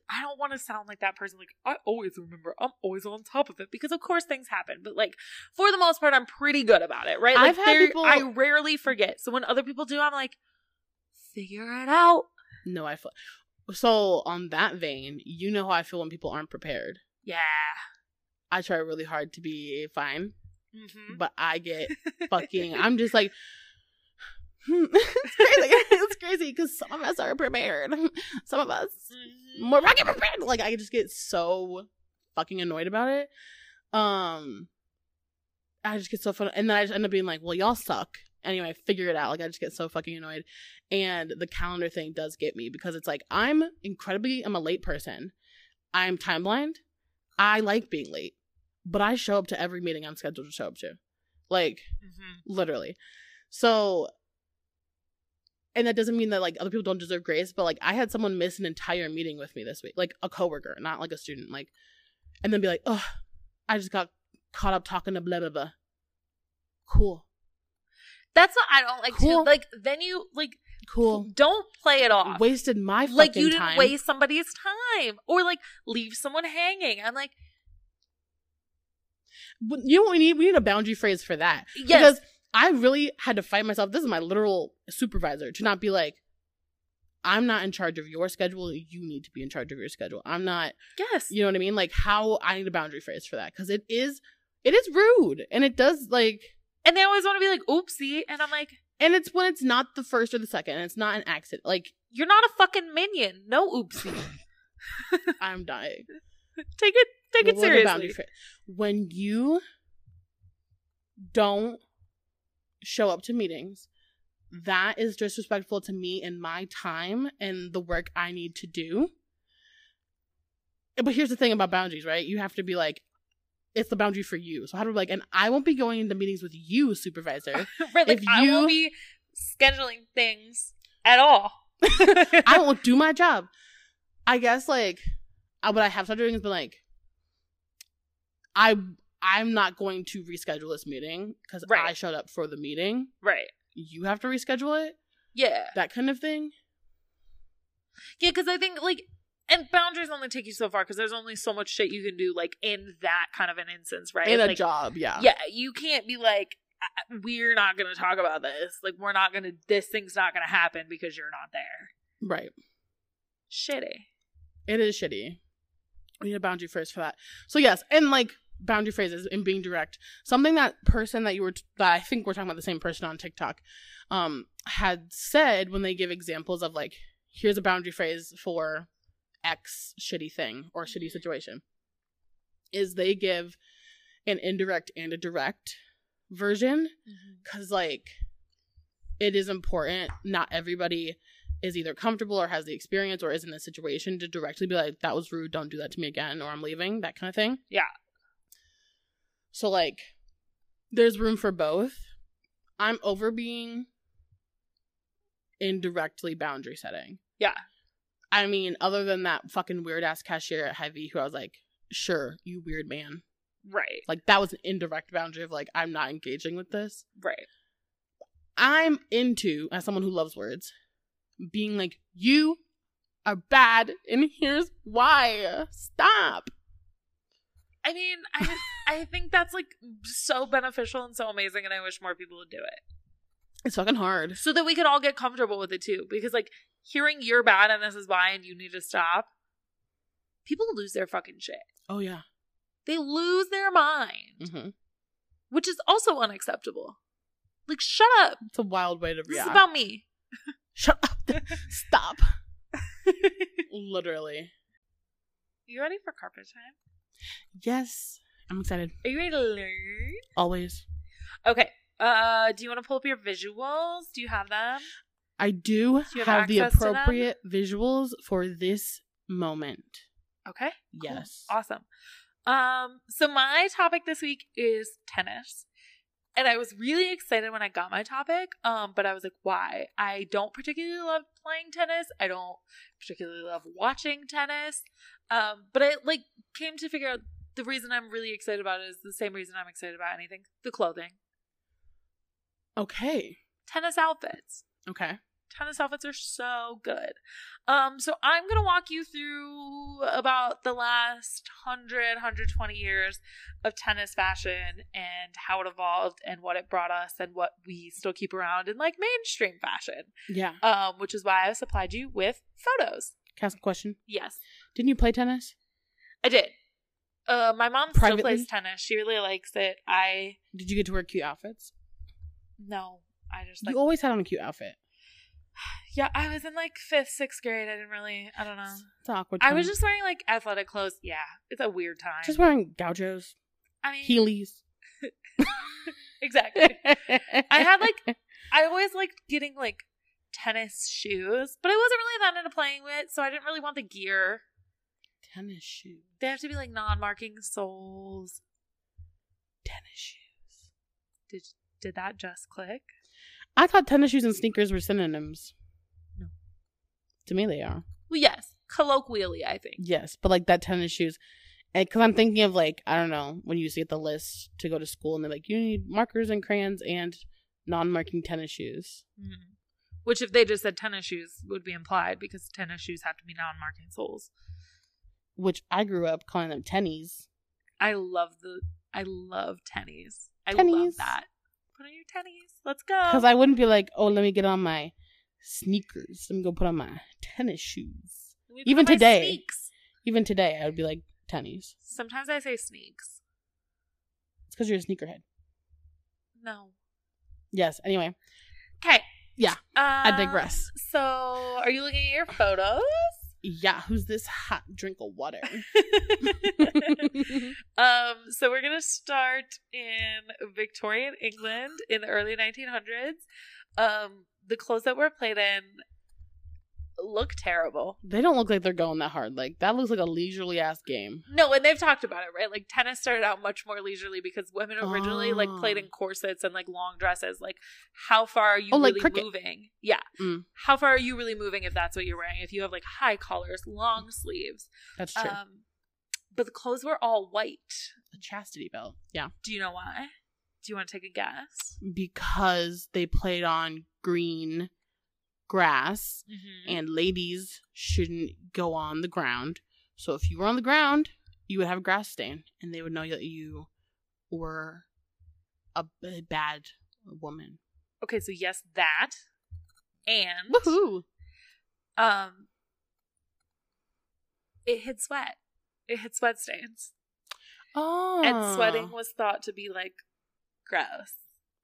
S3: I don't want to sound like that person. Like I always remember. I'm always on top of it because of course things happen. But like for the most part, I'm pretty good about it. Right? Like,
S1: I've had
S3: there-
S1: people-
S3: I rarely forget. So when other people do, I'm like, figure it out.
S1: no, I. Fl- so on that vein, you know how I feel when people aren't prepared.
S3: Yeah.
S1: I try really hard to be fine.
S3: Mm-hmm.
S1: but I get fucking. I'm just like, hmm. it's crazy. it's crazy because some of us are prepared. Some of us
S3: Mm-hmm.
S1: more fucking prepared. Like I just get so fucking annoyed about it. Um, I just get so fun, and then I just end up being like, well, y'all suck. Anyway, figure it out. Like I just get so fucking annoyed, and the calendar thing does get me because it's like I'm incredibly. I'm a late person. I'm time blind. I like being late, but I show up to every meeting I'm scheduled to show up to. Like
S3: Mm-hmm.
S1: literally. So, and that doesn't mean that like other people don't deserve grace, but like I had someone miss an entire meeting with me this week, like a coworker, not like a student, like, and then be like, oh, I just got caught up talking to blah blah blah. Cool,
S3: That's what I don't like
S1: Cool.
S3: too. Like then you like
S1: cool.
S3: don't play it off.
S1: Wasted my fucking
S3: like you didn't
S1: time.
S3: waste somebody's time or like leave someone hanging. I'm like,
S1: But you know what we need? We need a boundary phrase for that
S3: yes,
S1: because I really had to fight myself. This is my literal supervisor to not be like. I'm not in charge of your schedule. You need to be in charge of your schedule. I'm not
S3: yes.
S1: You know what I mean? Like how I need a boundary phrase for that because it is it is rude and it does like
S3: And they always want to be like, oopsie. And I'm like,
S1: and it's when it's not the first or the second and it's not an accident. Like
S3: you're not a fucking minion. No oopsie.
S1: I'm dying.
S3: take it take it
S1: What were the boundary
S3: seriously.
S1: phra- When you don't show up to meetings, that is disrespectful to me and my time and the work I need to do. But here's the thing about boundaries, right? You have to be like, it's the boundary for you. So how do like, and I won't be going into meetings with you, supervisor.
S3: Right, like
S1: If
S3: I won't be scheduling things at all.
S1: I won't do my job. I guess like I- what I have started doing has been like I I'm not going to reschedule this meeting because
S3: Right.
S1: I showed up for the meeting.
S3: right.
S1: You have to reschedule it,
S3: Yeah.
S1: that kind of thing.
S3: Yeah, because I think like, and boundaries only take you so far because there's only so much shit you can do like in that kind of an instance, right?
S1: In a
S3: Like,
S1: job, yeah.
S3: Yeah, you can't be like, "I- we're not going to talk about this. Like, we're not going to. This thing's not going to happen because you're not there.
S1: Right.
S3: Shitty.
S1: It is shitty. We need a boundary phrase for that. So yes, and like boundary phrases and being direct. Something that person that you were t- that I think we're talking about the same person on TikTok um had said when they give examples of like here's a boundary phrase for X shitty thing or shitty
S3: Mhm.
S1: situation is they give an indirect and a direct version because like it is important not everybody is either comfortable or has the experience or is in a situation to directly be like that was rude don't do that to me again or i'm leaving that kind of thing
S3: Yeah.
S1: so like There's room for both. I'm over being indirectly boundary setting.
S3: Yeah.
S1: I mean, other than that fucking weird ass cashier at Heavy who I was like, sure, you weird man.
S3: Right.
S1: Like, that was an indirect boundary of like, I'm not engaging with this.
S3: Right.
S1: I'm into, as someone who loves words, being like, you are bad, and here's why. Stop.
S3: I mean, I just, I think that's like so beneficial and so amazing, and I wish more people would do it
S1: It's fucking hard.
S3: so that we could all get comfortable with it too. Because like hearing you're bad and this is why and you need to stop, people lose their fucking shit.
S1: Oh, yeah.
S3: They lose their mind,
S1: hmm
S3: which is also unacceptable. Like, shut up.
S1: It's a wild way to
S3: This
S1: react.
S3: is about me.
S1: Shut up. Stop. Literally.
S3: You ready for carpet time?
S1: Yes. I'm excited.
S3: Are you ready to learn?
S1: Always.
S3: Okay. Uh, do you want to pull up your visuals? Do you have them?
S1: I do
S3: you have
S1: have the
S3: access to them?
S1: appropriate visuals for this moment.
S3: Okay. cool.
S1: Yes.
S3: Awesome. Um, so my topic this week is tennis. And I was really excited when I got my topic, um, but I was like, why? I don't particularly love playing tennis. I don't particularly love watching tennis. Um, but I like came to figure out the reason I'm really excited about it is the same reason I'm excited about anything. The clothing.
S1: Okay.
S3: Tennis outfits.
S1: Okay.
S3: tennis outfits are so good. Um, so I'm gonna walk you through about the last 100, 120 years of tennis fashion and how it evolved and what it brought us and what we still keep around in like mainstream fashion.
S1: Yeah.
S3: Um, which is why I supplied you with photos.
S1: Can I ask a question?
S3: Yes,
S1: Didn't you play tennis?
S3: I did. Uh, my mom
S1: Privately?
S3: still plays tennis. She really likes it. I
S1: Did you get to wear cute outfits?
S3: no, I just like
S1: you always had on a cute outfit.
S3: yeah. I was in like fifth, sixth grade. I didn't really. I don't know.
S1: It's an awkward.
S3: I was
S1: time.
S3: just wearing like athletic clothes. Yeah, it's a weird time.
S1: just wearing gauchos,
S3: I mean,
S1: Heelys.
S3: exactly.
S1: I
S3: had, like- I always liked getting like tennis shoes, but I wasn't really that into playing with, so I didn't really want the gear.
S1: tennis shoes.
S3: They have to be like non-marking soles.
S1: Tennis shoes.
S3: Did did that just click?
S1: I thought tennis shoes and sneakers were synonyms.
S3: No.
S1: To me, they are.
S3: Well, yes, colloquially, I think.
S1: Yes, but like that tennis shoes, because I'm thinking of like I don't know when you used to get the list to go to school and they're like you need markers and crayons and non-marking tennis shoes.
S3: Mhm. Which, if they just said tennis shoes, would be implied because tennis shoes have to be non-marking soles.
S1: Which I grew up calling them tennies.
S3: I love the I love tennies. I love
S1: Tennies.
S3: that. Put on your tennies. Let's go.
S1: Because I wouldn't be like, oh, let me get on my sneakers. Let me go put on my tennis shoes.
S3: Let me put
S1: even
S3: on my
S1: today.
S3: sneaks.
S1: Even today, I would be like, tennies.
S3: Sometimes I say sneaks.
S1: It's because you're a sneakerhead.
S3: No.
S1: Yes, anyway.
S3: Okay.
S1: Yeah,
S3: Um,
S1: digress.
S3: So, are you looking at your photos?
S1: Yeah, who's this hot drink of water?
S3: um, so we're gonna start in Victorian England in the early 1900s. Um, the clothes that were played in look terrible.
S1: they don't look like they're going that hard. Like, that looks like a leisurely ass game.
S3: No, and they've talked about it, right? Like tennis started out much more leisurely because women originally like played in
S1: Oh.
S3: corsets and like long dresses. Like, how far are you
S1: Oh, like
S3: really
S1: cricket.
S3: moving? Yeah,
S1: Mm.
S3: how far are you really moving if that's what you're wearing? If you have like high collars, long sleeves,
S1: That's true.
S3: um, but the clothes were all white.
S1: Uh, the chastity belt. Yeah.
S3: Do you know why? Do you want to take a guess?
S1: Because they played on green grass
S3: Mm-hmm.
S1: and ladies shouldn't go on the ground. So if you were on the ground, you would have a grass stain and they would know that you were a, b- bad woman.
S3: Okay, so yes, that and
S1: Woohoo!
S3: um, it hid sweat. It hid sweat stains.
S1: Oh.
S3: and sweating was thought to be like gross.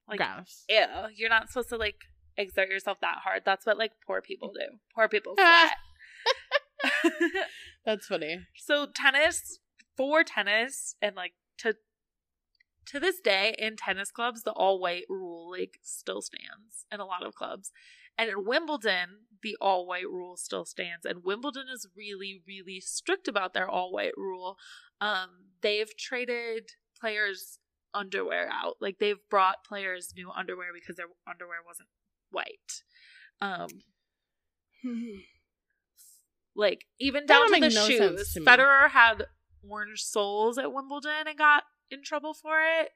S3: Like
S1: grass.
S3: ew, you're not supposed to like exert yourself that hard. That's what like poor people do. Poor people
S1: Ah.
S3: sweat.
S1: That's funny.
S3: so tennis for tennis and like to to this day in tennis clubs the all white rule like still stands in a lot of clubs. And in Wimbledon, the all white rule still stands. And Wimbledon is really, really strict about their all white rule. Um, they've traded players underwear out. Like they've brought players new underwear because their underwear wasn't white. Um, like even
S1: That
S3: down
S1: don't
S3: to the
S1: make no sense
S3: shoes.
S1: to me.
S3: Federer had orange soles at Wimbledon and got in trouble for it.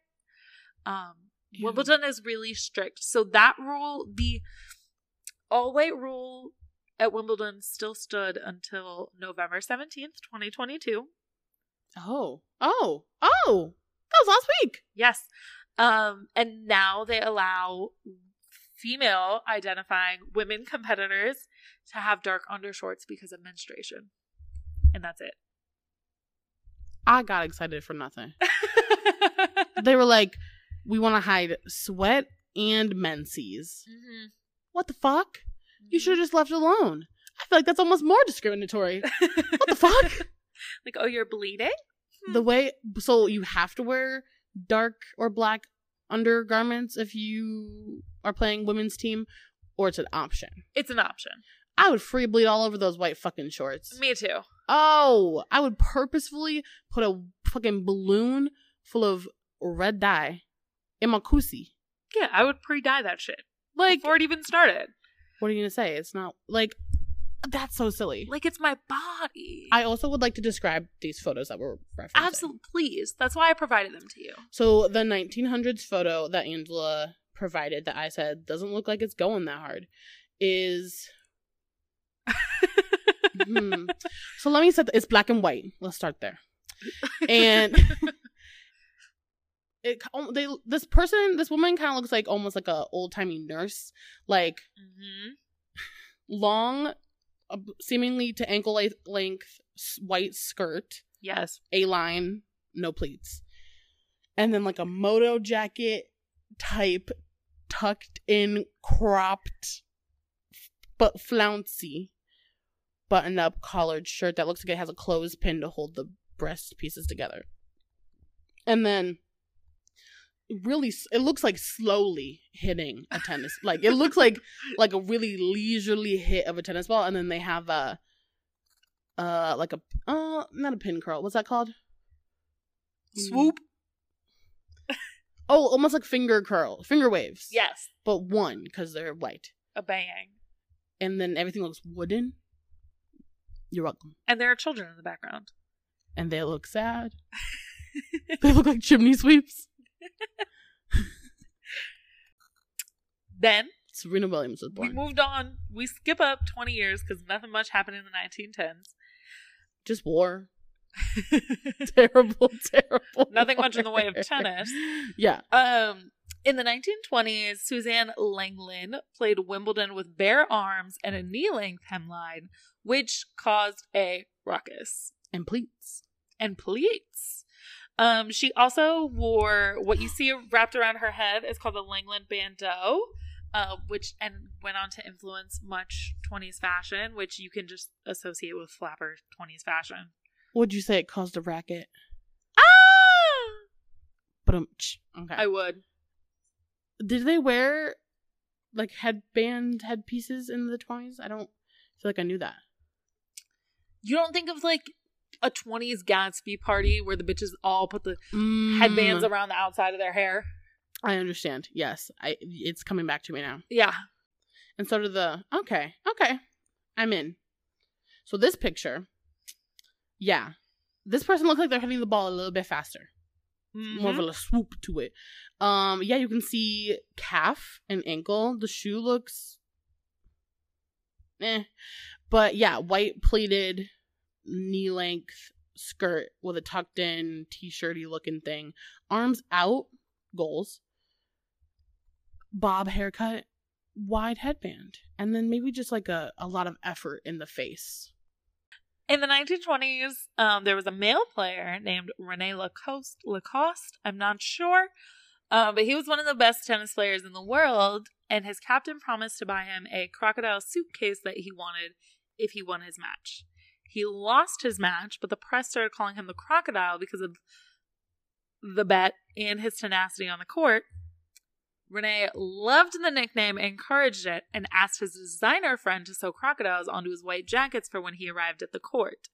S3: Um,
S1: Yeah.
S3: Wimbledon is really strict, so that rule, the all white rule at Wimbledon, still stood until November seventeenth, twenty twenty two.
S1: Oh, oh, oh! That was last week.
S3: Yes. Um, and now they allow female identifying women competitors to have dark undershorts because of menstruation. And that's it.
S1: I got excited for nothing. they were like, "We want to hide sweat and menses."
S3: Mhm.
S1: What the fuck?
S3: Mm-hmm.
S1: You should have just left it alone. I feel like that's almost more discriminatory. What the fuck?
S3: like, oh, you're bleeding?
S1: the way so you have to wear dark or black undergarments if you are playing women's team or it's an option
S3: It's an option.
S1: i would free bleed all over those white fucking shorts
S3: Me too.
S1: oh i would purposefully put a fucking balloon full of red dye in my coosie
S3: Yeah, I would pre dye that shit
S1: like
S3: before it even started.
S1: what are you gonna say it's not like that's so silly
S3: Like, it's my body.
S1: i also would like to describe these photos that were referencing
S3: Absolutely, please. That's why I provided them to you.
S1: So the 1900s photo that Angela provided that I said doesn't look like it's going that hard is.
S3: Mm-hmm.
S1: Hmm. So let me set. it's black and white. Let's start there. And it oh, they this person this woman kind of looks like almost like a old timey nurse, like
S3: hmm
S1: long, uh, seemingly to ankle length, length s- white skirt.
S3: Yes.
S1: A line, no pleats. And then like a moto jacket type tucked in cropped but flouncy button up collared shirt that looks like it has a clothespin to hold the breast pieces together. And then really s- it looks like slowly hitting a tennis like it looks like like a really leisurely hit of a tennis ball and then they have a uh like a uh not a pin curl what's that called
S3: Swoop.
S1: oh almost like finger curl finger waves
S3: Yes.
S1: but one because they're white
S3: A bang.
S1: and then everything looks wooden you're welcome
S3: And there are children in the background.
S1: and they look sad they look like chimney sweeps
S3: Then
S1: serena williams was
S3: we
S1: born
S3: moved on. We skip up 20 years because nothing much happened in the
S1: just war
S3: 1910s.
S1: terrible terrible
S3: Nothing much in the way of
S1: war.
S3: tennis.
S1: yeah
S3: um, in the 1920s, Suzanne Langlin played Wimbledon with bare arms and a knee length hemline, which caused a ruckus
S1: and pleats
S3: and pleats. Um, she also wore what you see wrapped around her head is called the Langlin bandeau, uh, which and went on to influence much 20s fashion, which you can just associate with flapper 20s fashion.
S1: would you say it caused a racket
S3: Ah!
S1: but um okay
S3: I would.
S1: did they wear like headband headpieces in the 20s i don't feel like i knew that
S3: You don't think of like a 20s Gatsby party where the bitches all put the
S1: Mm,
S3: headbands around the outside of their hair?
S1: i understand yes i it's coming back to me now
S3: Yeah.
S1: and so do the okay okay i'm in so this picture yeah this person looks like they're hitting the ball a little bit faster more of
S3: Mhm.
S1: a little swoop to it um yeah you can see calf and ankle the shoe looks eh but yeah white pleated knee length skirt with a tucked in t-shirty looking thing arms out goals bob haircut wide headband and then maybe just like a, a lot of effort in the face
S3: In the 1920s, um, there was a male player named Rene Lacoste. Lacoste, I'm not sure, uh, but he was one of the best tennis players in the world, and his captain promised to buy him a crocodile suitcase that he wanted if he won his match. He lost his match, but the press started calling him the crocodile because of the bet and his tenacity on the court. Rene loved the nickname, encouraged it, and asked his designer friend to sew crocodiles onto his white jackets for when he arrived at the court.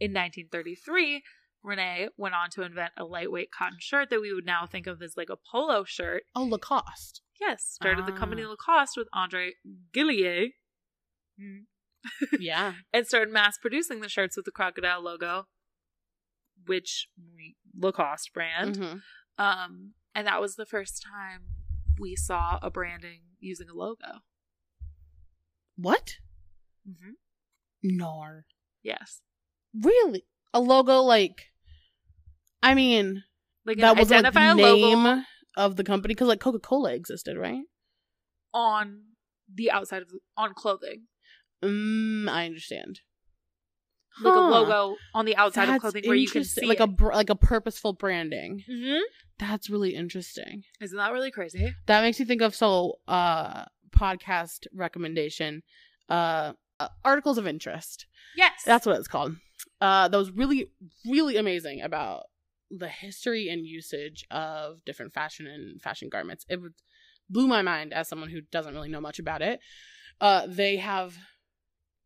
S3: In 1933, Renee went on to invent a lightweight cotton shirt that we would now think of as like a polo shirt.
S1: Oh, Lacoste.
S3: Yes, started the company
S1: Ah.
S3: Lacoste with Andre Gillier Mm.
S1: Yeah.
S3: and started mass producing the shirts with the crocodile logo, which we- Lacoste brand.
S1: Mhm.
S3: Um, and that was the first time we saw a branding using a logo.
S1: What?
S3: Mm-hmm.
S1: Nar.
S3: Yes,
S1: Really? A logo like I mean,
S3: like
S1: that
S3: an-
S1: was like
S3: identify
S1: the
S3: a logo
S1: name of the company because like Coca-Cola existed, right?
S3: on the outside of on clothing,
S1: Mm, I understand.
S3: like a
S1: Huh.
S3: logo on the outside
S1: That's
S3: of clothing where you can
S1: interesting.
S3: see
S1: like a br- like a purposeful branding.
S3: Mm-hmm.
S1: That's really interesting.
S3: Isn't that really crazy?
S1: That makes me think of so uh podcast recommendation uh uh, articles of interest.
S3: Yes,
S1: That's what it's called. Uh that was really really amazing about the history and usage of different fashion and fashion garments. It would- blew my mind as someone who doesn't really know much about it. Uh they have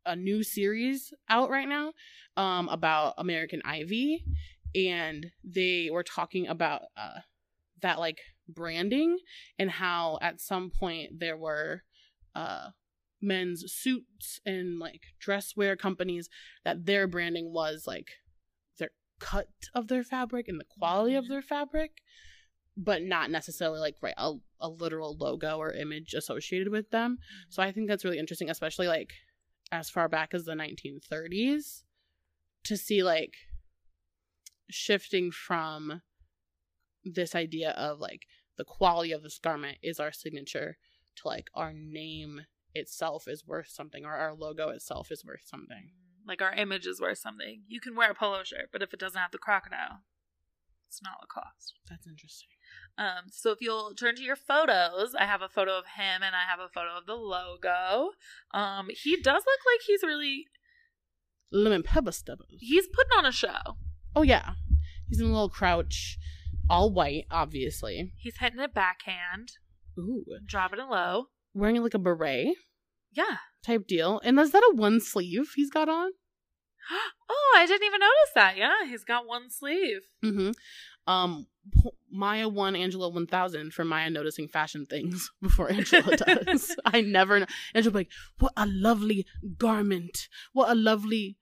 S1: a new series out right now um about American Ivy and they were talking about uh that like branding and how at some point there were uh men's suits and like dress wear companies that their branding was like their cut of their fabric and the quality of their fabric but not necessarily like right a, a literal logo or image associated with them so i think that's really interesting especially like as far back as the 1930s to see like shifting from this idea of like the quality of this garment is our signature to like our name itself is worth something or our logo itself is worth something.
S3: like our image is worth something. You can wear a polo shirt, but if it doesn't have the crocodile, it's not Lacoste.
S1: That's interesting.
S3: Um, so if you'll turn to your photos, I have a photo of him and I have a photo of the logo. Um, he does look like he's really
S1: Lemon pepper stubbers.
S3: he's putting on a show.
S1: Oh yeah. He's in a little crouch, all white, obviously.
S3: He's hitting it backhand,
S1: Ooh.
S3: dropping it low.
S1: Wearing like a beret
S3: Yeah.
S1: type deal. And is that a one sleeve he's got on?
S3: Oh, I didn't even notice that. Yeah, he's got one sleeve.
S1: Mm-hmm. Um P- Maya won Angela 1000 for Maya noticing fashion things before Angela does. I never know. Angela like, what a lovely garment. What a lovely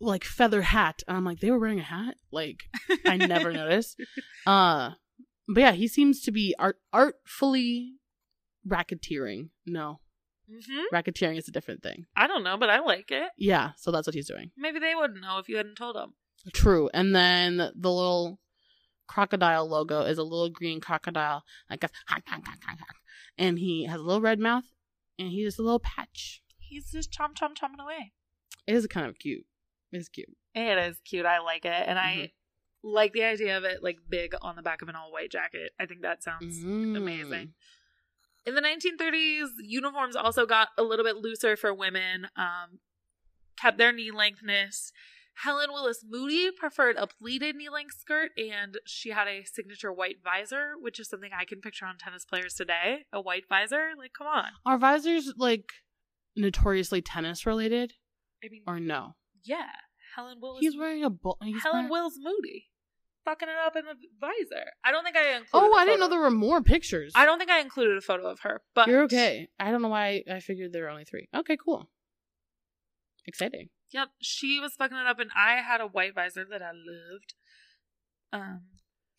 S1: like feather hat. And I'm like, they were wearing a hat? Like I never noticed. Uh but yeah, he seems to be art artfully racketeering. No.
S3: hmm
S1: Racketeering is a different thing.
S3: I don't know, but I like it.
S1: Yeah, so that's what he's doing.
S3: Maybe they wouldn't know if you hadn't told them.
S1: True. And then the little crocodile logo is a little green crocodile, like goes, honk, honk, honk, honk, honk. and he has a little red mouth, and he's just a little patch.
S3: He's just chomp chomp chomping away.
S1: It is kind of cute. It's cute.
S3: It is cute. I like it, and I
S1: Mm-hmm.
S3: like the idea of it like big on the back of an all white jacket. I think that sounds
S1: Mm.
S3: amazing. In the 1930s, uniforms also got a little bit looser for women, um, kept their knee lengthness. Helen Willis Moody preferred a pleated knee length skirt, and she had a signature white visor, which is something I can picture on tennis players today. A white visor? Like, come on.
S1: Are visors like notoriously tennis related
S3: I mean,
S1: or no?
S3: yeah. Helen Willis.
S1: He's wearing a bull. He's
S3: Helen
S1: wearing-
S3: Wills Moody. Fucking it up in the visor. I don't think I included.
S1: Oh,
S3: a
S1: I didn't know
S3: photo.
S1: there were more pictures.
S3: I don't think I included a photo of her, but
S1: You're okay. I don't know why I figured there were only three. Okay, cool. Exciting.
S3: Yep, she was fucking it up, and I had a white visor that I loved. Um,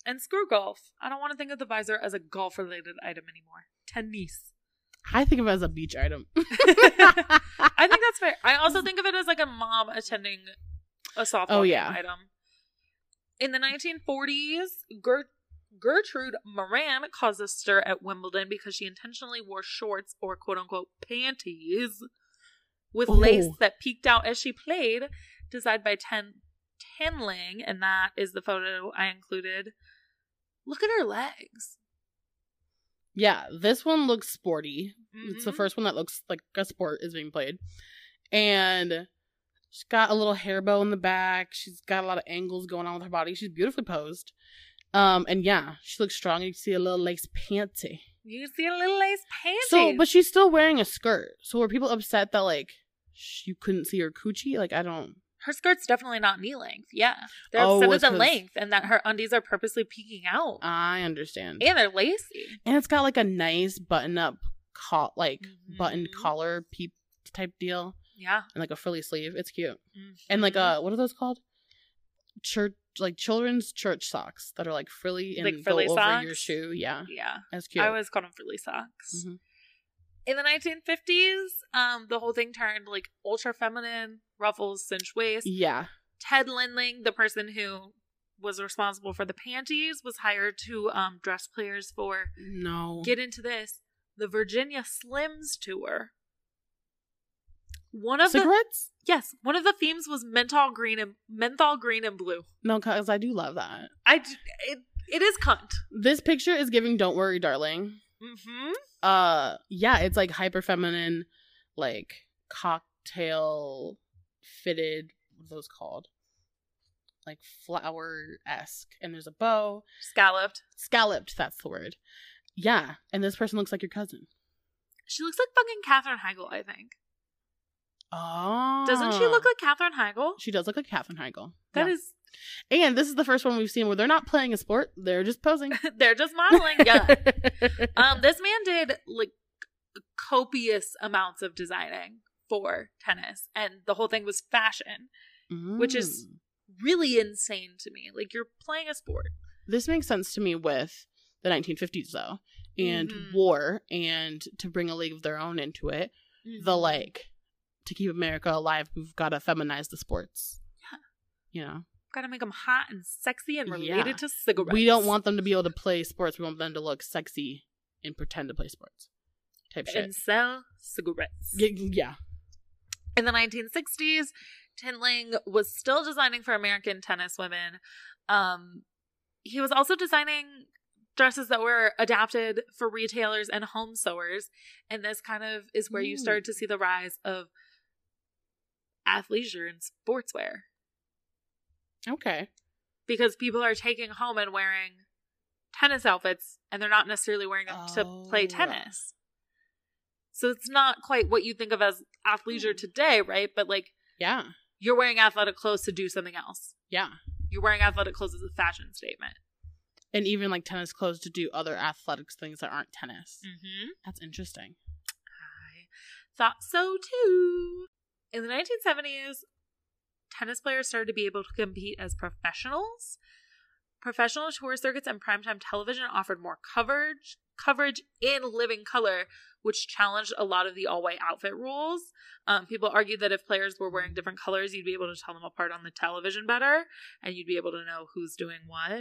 S3: and screw golf. I don't want to think of the visor as a golf-related item anymore. Tennis.
S1: I think of it as a beach item.
S3: I think that's fair. I also think of it as like a mom attending a softball
S1: Oh,
S3: game
S1: yeah.
S3: item. In the 1940s, Gert- Gertrude Moran caused a stir at Wimbledon because she intentionally wore shorts or quote unquote panties with
S1: Oh.
S3: lace that peeked out as she played, designed by Ten Tenling, and that is the photo I included. Look at her legs.
S1: Yeah, this one looks sporty. It's the
S3: Mhm.
S1: first one that looks like a sport is being played. And she's got a little hair bow in the back. She's got a lot of angles going on with her body. She's beautifully posed. Um, and yeah, she looks strong. You can see a little lace panty.
S3: You can see a little lace panties.
S1: So, but she's still wearing a skirt. So were people upset that like sh- you couldn't see her coochie? Like I don't.
S3: Her skirt's definitely not knee length. Yeah. They're
S1: Oh,
S3: upset
S1: it's
S3: at the
S1: 'cause- Um,
S3: length and that her undies are purposely peeking out.
S1: I understand.
S3: and they're lacy.
S1: and it's got like a nice button up col like buttoned
S3: Mhm.
S1: collar peep type deal
S3: Yeah.
S1: and like a frilly sleeve. It's cute. And like
S3: Mm-hmm.
S1: uh what are those called? Church like children's church socks that are like frilly and
S3: Like
S1: go
S3: frilly
S1: over your
S3: socks?
S1: shoe. Yeah.
S3: Yeah.
S1: That's cute.
S3: I always called them frilly socks.
S1: Mhm.
S3: In the 1950s, um, the whole thing turned like ultra feminine, ruffles, cinched waist.
S1: yeah.
S3: Ted Lindling, the person who was responsible for the panties, was hired to um, dress players for
S1: No.
S3: get into this the Virginia Slims tour. One of the
S1: Cigarettes?
S3: yes, one of the themes was menthol green and menthol green and blue.
S1: No, cause I do love that.
S3: I j- it, it is cunt.
S1: This picture is giving "Don't Worry, Darling."
S3: Mm-hmm.
S1: Uh, yeah, it's like hyper feminine, like cocktail fitted. What are those called? Like flower esque, and there's a bow,
S3: Scalloped.
S1: scalloped. That's the word. Yeah, and this person looks like your cousin.
S3: She looks like fucking Katherine Heigl. I think.
S1: Oh,
S3: Doesn't she look like Katherine Heigl?
S1: She does look like Katherine Heigl.
S3: That
S1: Yeah.
S3: is,
S1: and this is the first one we've seen where they're not playing a sport; they're just posing.
S3: they're just modeling. Yeah. um, this man did like copious amounts of designing for tennis, and the whole thing was fashion. which is-
S1: Mm.
S3: Really insane to me. Like you're playing a sport.
S1: this makes sense to me with the 1950s though and
S3: Mhm.
S1: war and to bring a league of their own into it
S3: Mm-hmm.
S1: the like to keep america alive we've got to feminize the sports you know
S3: Gotta make them hot and sexy and related
S1: Yeah.
S3: to cigarettes.
S1: we don't want them to be able to play sports we want them to look sexy and pretend to play sports type
S3: and
S1: shit
S3: sell cigarettes.
S1: Y- yeah
S3: In the 1960s, Tindling was still designing for American tennis women. Um, he was also designing dresses that were adapted for retailers and home sewers. And this kind of is where you
S1: Mm.
S3: started to see the rise of athleisure and sportswear
S1: okay
S3: because people are taking home and wearing tennis outfits and they're not necessarily wearing them to play
S1: Oh.
S3: tennis. So it's not quite what you think of as athleisure today, right? But like,
S1: yeah
S3: you're wearing athletic clothes to do something else.
S1: yeah
S3: You're wearing athletic clothes as a fashion statement.
S1: and even like tennis clothes to do other athletics things that aren't tennis
S3: Mm-hmm.
S1: that's interesting
S3: I thought so too. In the 1970s, tennis players started to be able to compete as professionals. Professional tour circuits and primetime television offered more coverage, coverage in living color, which challenged a lot of the all-white outfit rules. Um, people argued that if players were wearing different colors, you'd be able to tell them apart on the television better, and you'd be able to know who's doing what.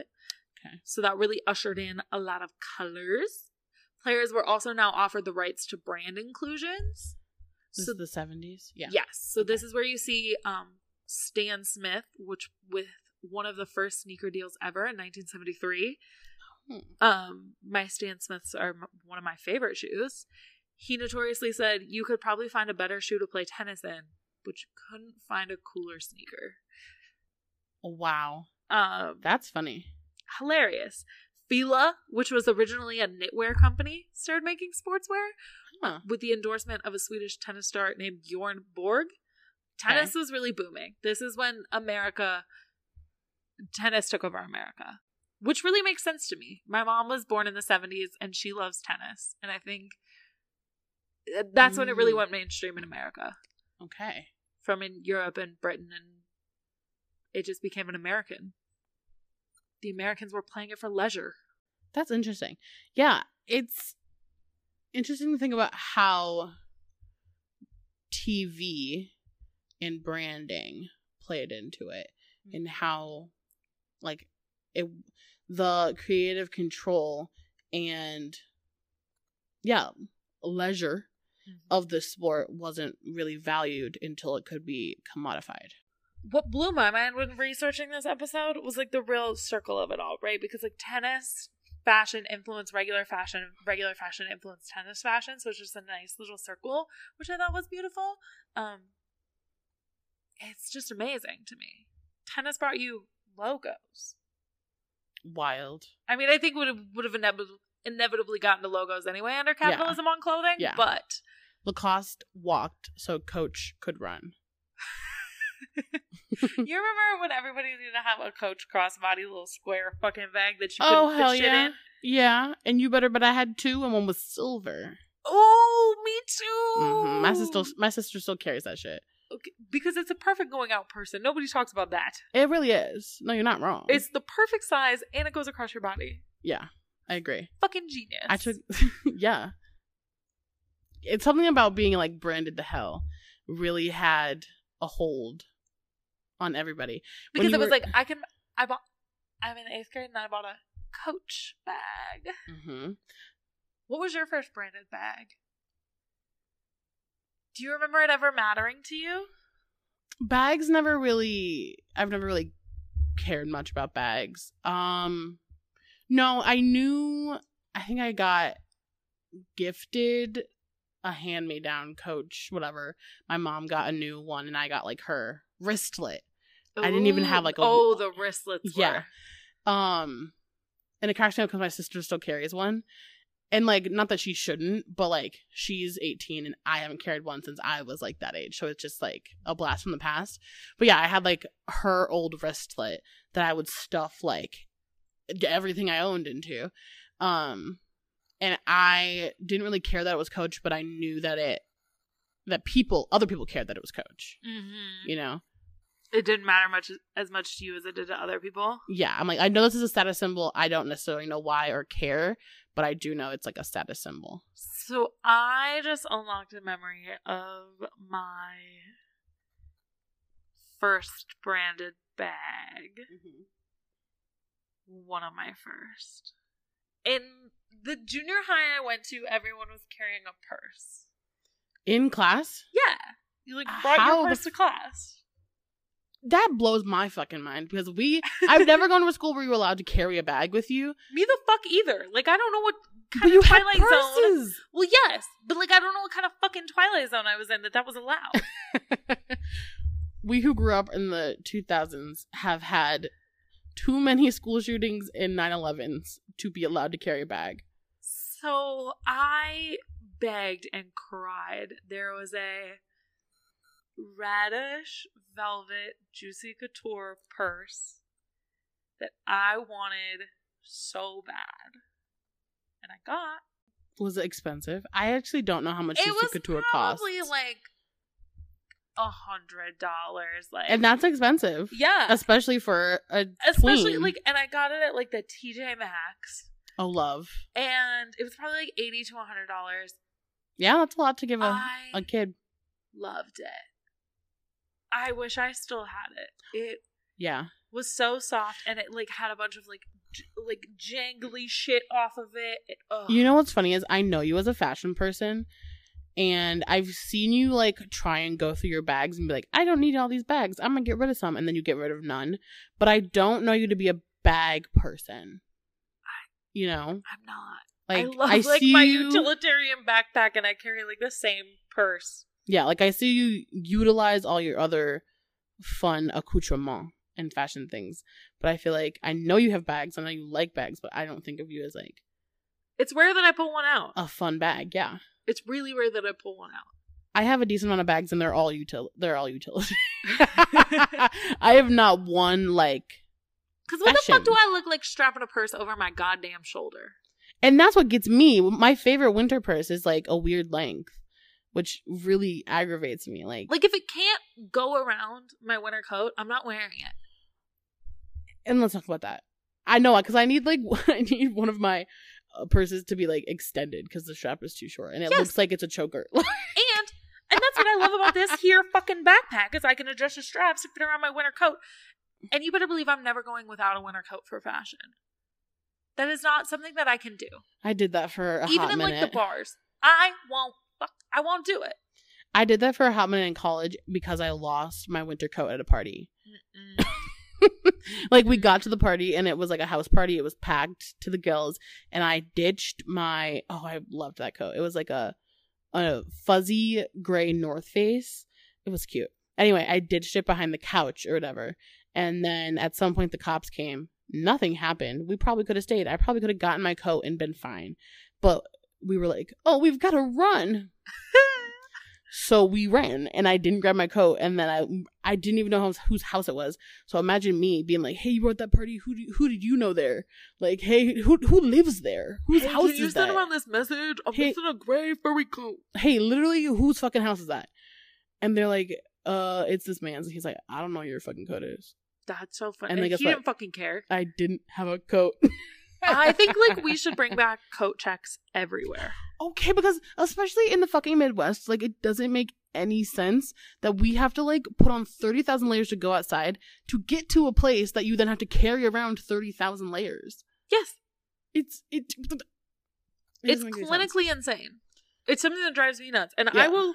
S1: Okay.
S3: So that really ushered in a lot of colors. Players were also now offered the rights to brand inclusions.
S1: this
S3: So
S1: is the 70s yeah
S3: Yes. So this is where you see um, Stan Smith, which with one of the first sneaker deals ever in 1973.
S1: Hmm.
S3: Um, my Stan Smiths are m- one of my favorite shoes. He notoriously said you could probably find a better shoe to play tennis in, but you couldn't find a cooler sneaker.
S1: wow
S3: Um,
S1: that's funny
S3: hilarious. Fila, which was originally a knitwear company, started making sportswear.
S1: Huh.
S3: with the endorsement of a Swedish tennis star named Bjorn Borg. Tennis was really booming. This is when America tennis took over America, which really makes sense to me. My mom was born in the 70s and she loves tennis, and I think uh, that's when it really
S1: Mm.
S3: went mainstream in America
S1: Okay.
S3: from in Europe and Britain and it just became an American. The Americans were playing it for leisure.
S1: That's interesting. Yeah, it's interesting to think about how TV and branding played into it and how like it the creative control and yeah, leisure
S3: Mm-hmm.
S1: of the sport wasn't really valued until it could be commodified.
S3: what blew my mind when researching this episode was like the real circle of it all, right? Because like tennis fashion influenced regular fashion, regular fashion influenced tennis fashion, so it's just a nice little circle, which I thought was beautiful. Um it's just amazing to me. Tennis brought you logos.
S1: Wild.
S3: I mean, I think would have would have inevitably inevitably gotten to logos anyway under capitalism on clothing,
S1: Yeah.
S3: but
S1: Lacoste walked so coach could run.
S3: You remember when everybody needed to have a Coach Crossbody little square fucking bag that you couldn't
S1: Oh
S3: fit
S1: hell
S3: shit
S1: yeah,
S3: in?
S1: yeah. And you better, but I had two, and one was silver.
S3: Oh, me too.
S1: Mhm. My
S3: Oh.
S1: sister, my sister still carries that shit.
S3: Okay, because it's a perfect going out person. Nobody talks about that.
S1: It really is. No, you're not wrong.
S3: It's the perfect size and it goes across your body.
S1: yeah, I agree.
S3: Fucking genius.
S1: I took, yeah. It's something about being like branded to hell really had a hold on everybody. when
S3: because
S1: you
S3: it was
S1: were-
S3: like I can. I bought. I'm in eighth grade and I bought a Coach bag.
S1: Mm-hmm.
S3: What was your first branded bag? Do you remember it ever mattering to you?
S1: Bags never really, I've never really cared much about bags. Um, no, I knew, I think I got gifted a hand me down coach, whatever. My mom got a new one and I got like her wristlet. I didn't even have, like, a-
S3: oh the wristlets.
S1: Yeah.
S3: were.
S1: Um, and it cracks me up because my sister still carries one, and like not that she shouldn't, but like she's 18 and I haven't carried one since I was like that age, so it's just like a blast from the past. But yeah, I had like her old wristlet that I would stuff like everything I owned into, um, and I didn't really care that it was Coach, but I knew that it that people other people cared that it was Coach,
S3: Mhm.
S1: you know.
S3: It didn't matter much as much to you as it did to other people.
S1: yeah, I'm like, I know this is a status symbol. I don't necessarily know why or care, but I do know it's like a status symbol.
S3: So I just unlocked a memory of my first branded bag.
S1: Mm-hmm.
S3: One of my first. In the junior high I went to, everyone was carrying a purse.
S1: In class,
S3: Yeah. You like brought
S1: How
S3: your
S1: the
S3: purse to class.
S1: that blows my fucking mind because we, I've never gone to a school where you were allowed to carry a bag with you,
S3: Me the fuck either. Like I don't know what kind
S1: but you
S3: of
S1: had
S3: Twilight Zone.
S1: purses.
S3: Well, yes, but like I don't know what kind of fucking Twilight Zone I was in that that was allowed.
S1: we who grew up in the 2000s have had too many school shootings and 9/11s to be allowed to carry a bag.
S3: So I begged and cried. There was a radish velvet juicy couture purse that I wanted so bad. And I got.
S1: Was it expensive? I actually don't know how much Juicy Couture costs,
S3: probably like a hundred dollars. Like
S1: and that's expensive,
S3: yeah.
S1: especially for a
S3: Especially
S1: tween.
S3: like and I got it at like the TJ Maxx.
S1: oh love.
S3: And it was probably like eighty to hundred dollars.
S1: Yeah, that's a lot to give a,
S3: I
S1: a kid.
S3: loved it. I wish I still had it. It
S1: Yeah.
S3: was so soft, and it like had a bunch of like j- like jangly shit off of it. it ugh.
S1: You know what's funny is I know you as a fashion person and I've seen you like try and go through your bags and be like, I don't need all these bags. I'm gonna get rid of some and then you get rid of none. But I don't know you to be a bag person. You know?
S3: I'm not.
S1: Like
S3: I love like
S1: see
S3: my
S1: you-
S3: utilitarian backpack, and I carry like the same purse.
S1: Yeah, like I see you utilize all your other fun accoutrement and fashion things. But I feel like I know you have bags, I know you like bags, but I don't think of you as like
S3: It's rare that I pull one out.
S1: a fun bag, yeah.
S3: It's really rare that I pull one out.
S1: I have a decent amount of bags and they're all util they're all utility. I have not one like
S3: Because what the
S1: Fashion.
S3: fuck do I look like strapping a purse over my goddamn shoulder?
S1: and that's what gets me. My favorite winter purse is like a weird length, which really aggravates me. Like,
S3: Like if it can't go around my winter coat, I'm not wearing it.
S1: and let's talk about that. I know because I need like I need one of my uh, purses to be like extended because the strap is too short and it
S3: Yes.
S1: looks like it's a choker.
S3: And and that's what I love about this here fucking backpack is I can adjust the straps to fit around my winter coat. And you better believe I'm never going without a winter coat for fashion. That is not something that I can do.
S1: I did that for a
S3: Even
S1: hot
S3: in
S1: minute.
S3: like the bars. I won't fuck I won't do it.
S1: I did that for a hot minute in college because I lost my winter coat at a party.
S3: Mm-mm.
S1: like we got to the party and it was like a house party. It was packed to the gills, and I ditched my. Oh, I loved that coat. It was like a a fuzzy gray North Face. It was cute. Anyway, I ditched it behind the couch or whatever, and then at some point the cops came. Nothing happened. We probably could have stayed. I probably could have gotten my coat and been fine, but we were like, "Oh, we've got to run." So we ran, and I didn't grab my coat, and then I I didn't even know whose, whose house it was. So imagine me being like, "Hey, you were at that party. Who do you, who did you know there? Like, hey, who who lives there? Whose
S3: Hey,
S1: house
S3: can you
S1: is
S3: send
S1: that?
S3: around this message? I'm
S1: Hey-
S3: missing a grave where we go.
S1: hey, literally, whose fucking house is that?" And they're like, "Uh, it's this man's." And he's like, "I don't know where your fucking coat is.
S3: That's so funny.
S1: And
S3: And
S1: then guess
S3: he
S1: what?
S3: didn't fucking care.
S1: I didn't have a coat."
S3: I think like we should bring back coat checks everywhere.
S1: okay because especially in the fucking midwest like it doesn't make any sense that we have to like put on 30,000 layers to go outside to get to a place that you then have to carry around 30,000 layers
S3: Yes,
S1: it's it, it
S3: it's
S1: doesn't make any sense.
S3: clinically insane. It's something that drives me nuts, and
S1: Yeah.
S3: I will.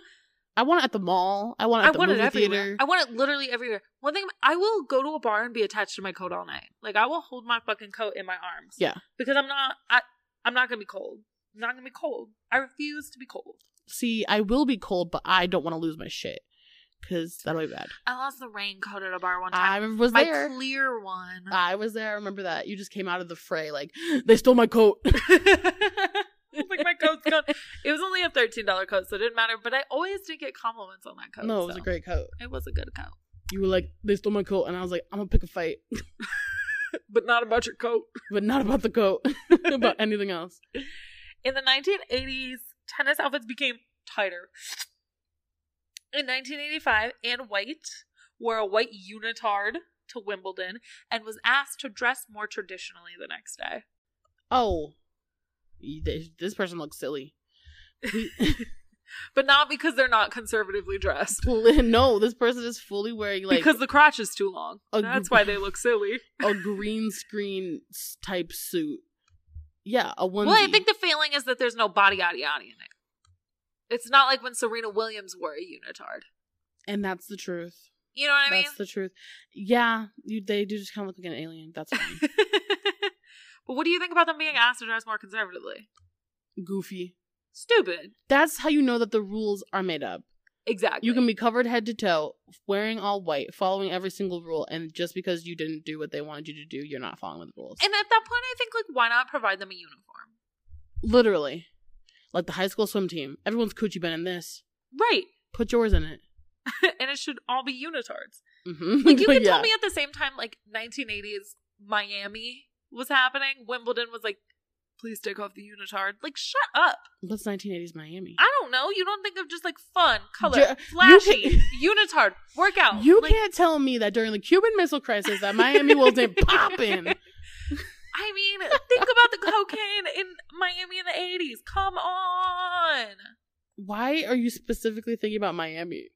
S1: i want it at the mall i want it
S3: I
S1: at the
S3: want it
S1: movie
S3: everywhere.
S1: theater
S3: I want it literally everywhere. One thing, I will go to a bar and be attached to my coat all night. Like I will hold my fucking coat in my arms.
S1: Yeah.
S3: because I'm not. I I'm not gonna be cold. I'm not gonna be cold. I refuse to be cold.
S1: see i will be cold but i don't want to lose my shit because that'll be bad
S3: I lost the raincoat at a bar one
S1: i
S3: time.
S1: remember- was
S3: my
S1: there
S3: clear one.
S1: i was there i remember that you just came out of the fray like they stole my coat
S3: It's like my coat's gone. It was only a thirteen dollar coat, so it didn't matter. But I always did get compliments on that coat.
S1: no it was
S3: so
S1: a great coat
S3: It was a good coat,
S1: you were like they stole my coat and i was like i'm gonna pick a fight
S3: but not about your coat.
S1: but not about the goat, about anything else.
S3: In the 1980s, tennis outfits became tighter. In 1985, Anne White wore a white unitard to Wimbledon and was asked to dress more traditionally the next day.
S1: Oh, you- th- this person looks silly.
S3: But not because they're not conservatively dressed.
S1: no, this person is fully wearing like
S3: because the crotch is too long.
S1: A-
S3: That's why they look silly.
S1: a green screen s- type suit. Yeah, a onesie.
S3: Well, I think the feeling is that there's no body yada yada in it. It's not like when Serena Williams wore a unitard.
S1: and that's the truth.
S3: You know what I mean?
S1: that's the truth. Yeah, you, they do just kind of look like an alien. That's fine.
S3: but what do you think about them being asked to dress more conservatively?
S1: goofy.
S3: Stupid.
S1: That's how you know that the rules are made up.
S3: Exactly.
S1: You can be covered head to toe, wearing all white, following every single rule, and just because you didn't do what they wanted you to do, you're not following the rules.
S3: And at that point, I think like, why not provide them a uniform?
S1: Literally. Like the high school swim team. Everyone's coochie been in this.
S3: Right.
S1: Put yours in it.
S3: and it should all be unitards.
S1: Mm-hmm.
S3: Like you can tell me at the same time, like 1980s Miami was happening. Wimbledon was like, please take off the unitard. Like, shut up.
S1: What's 1980s Miami?
S3: I don't know. You don't think of just like fun, color,
S1: Ju- you
S3: flashy, unitard, workout.
S1: you
S3: Like,
S1: can't tell me that during the Cuban Missile Crisis that Miami wasn't popping.
S3: I mean, think about the cocaine in Miami in the 80s. Come on.
S1: Why are you specifically thinking about Miami?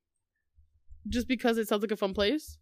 S1: Just because it sounds like a fun place?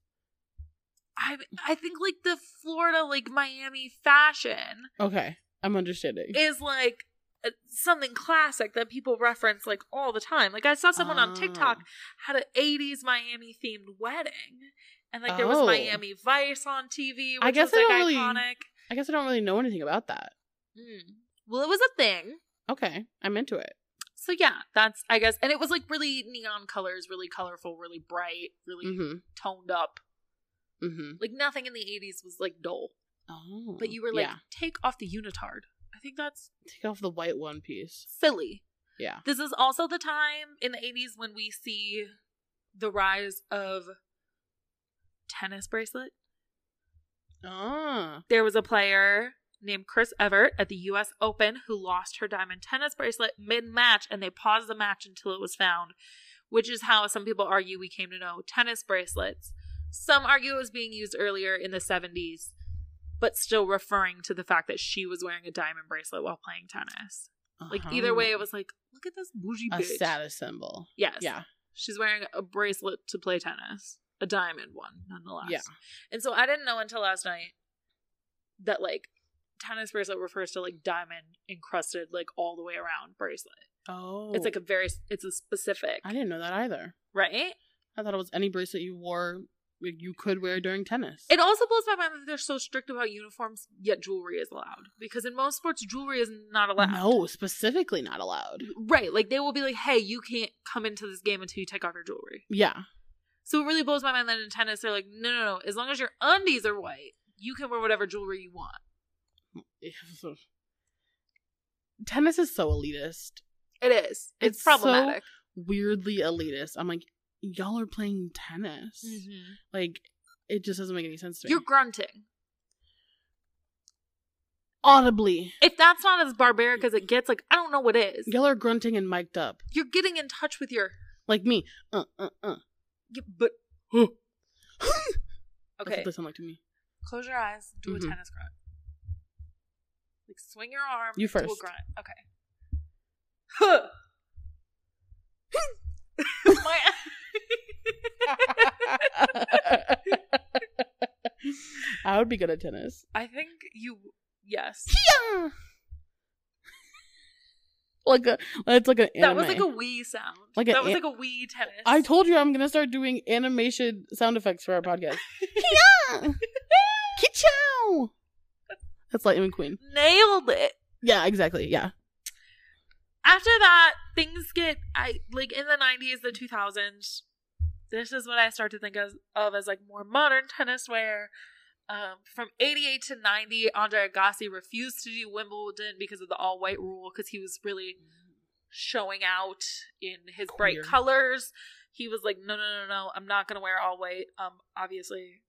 S3: I I think like the Florida like Miami fashion
S1: Okay, I'm understanding.
S3: is like uh, something classic that people reference like all the time. Like I saw someone on
S1: Ah.
S3: TikTok had an '80s Miami themed wedding, and like there was
S1: Oh.
S3: Miami Vice on TV, which
S1: I guess I
S3: was like
S1: don't really-
S3: iconic.
S1: I guess I don't really know anything about that.
S3: Mm. Well, it was a thing.
S1: Okay, I'm into it.
S3: So yeah, that's I guess, and it was like really neon colors, really colorful, really bright, really
S1: Mm-hmm.
S3: toned up.
S1: Mm-hmm.
S3: Like nothing in the '80s was like dull.
S1: Oh,
S3: But you were like,
S1: yeah.
S3: take off the unitard. I think that's
S1: take off the white one piece.
S3: silly.
S1: Yeah.
S3: This is also the time in the 80s when we see the rise of tennis bracelet.
S1: Ah,
S3: There was a player named Chris Evert at the US Open who lost her diamond tennis bracelet mid-match and they paused the match until it was found, which is how some people argue we came to know tennis bracelets. Some argue it was being used earlier in the 70s, but still referring to the fact that she was wearing a diamond bracelet while playing tennis. Like
S1: Uh-huh.
S3: either way it was like, look at this bougie
S1: Oh. a
S3: bitch.
S1: status symbol.
S3: Yes.
S1: Yeah.
S3: She's wearing a bracelet to play tennis, a diamond one, nonetheless.
S1: Yeah.
S3: And so I didn't know until last night that like tennis bracelet refers to like diamond encrusted like all the way around bracelet.
S1: Oh,
S3: It's like a very it's a specific
S1: I didn't know that either.
S3: right.
S1: I thought it was any bracelet you wore, like, you could wear during tennis.
S3: It also blows my mind that they're so strict about uniforms, yet jewelry is allowed because in most sports jewelry is not allowed. Mm-hmm.
S1: no, specifically not allowed.
S3: Right, like they will be like, "Hey, you can't come into this game until you take off your jewelry."
S1: Yeah,
S3: So it really blows my mind that in tennis they're like, no, no, no. As long as your undies are white, you can wear whatever jewelry you want.
S1: tennis is so elitist.
S3: It is. It's,
S1: It's so-
S3: problematic.
S1: weirdly elitist. I'm like, y'all are playing tennis. Like, it just doesn't make any sense to me.
S3: Mm-hmm. You're grunting.
S1: audibly.
S3: If that's not as barbaric as it gets, like I don't know what is.
S1: Y'all are grunting and mic'd up.
S3: You're getting in touch with your.
S1: Like me. Uh, uh, uh.
S3: y- But
S1: That's
S3: okay,
S1: what they sound like to me.
S3: close your eyes. Do
S1: Mhm.
S3: a tennis grunt. Like swing your arm.
S1: You
S3: Do a
S1: first.
S3: grunt. Okay. My.
S1: I would be good at tennis.
S3: I think you. Yes.
S1: Yeah. like a, it's like an anime.
S3: That was like a wee sound.
S1: Like
S3: that
S1: an
S3: was
S1: an-
S3: like a wee tennis.
S1: I told you I'm gonna start doing animation sound effects for our podcast. Yeah. Kichow. That's Lightning Queen.
S3: nailed it.
S1: Yeah, exactly. Yeah.
S3: after that, things get I like in the nineties, the two thousands. This is what I start to think of, of as like more modern tennis wear. Um, from eighty eight to ninety, Andre Agassi refused to do Wimbledon because of the all white rule because he was really showing out in his bright
S1: Queer.
S3: colors. He was like, no, no, no, no, I'm not gonna wear all white. Um, obviously,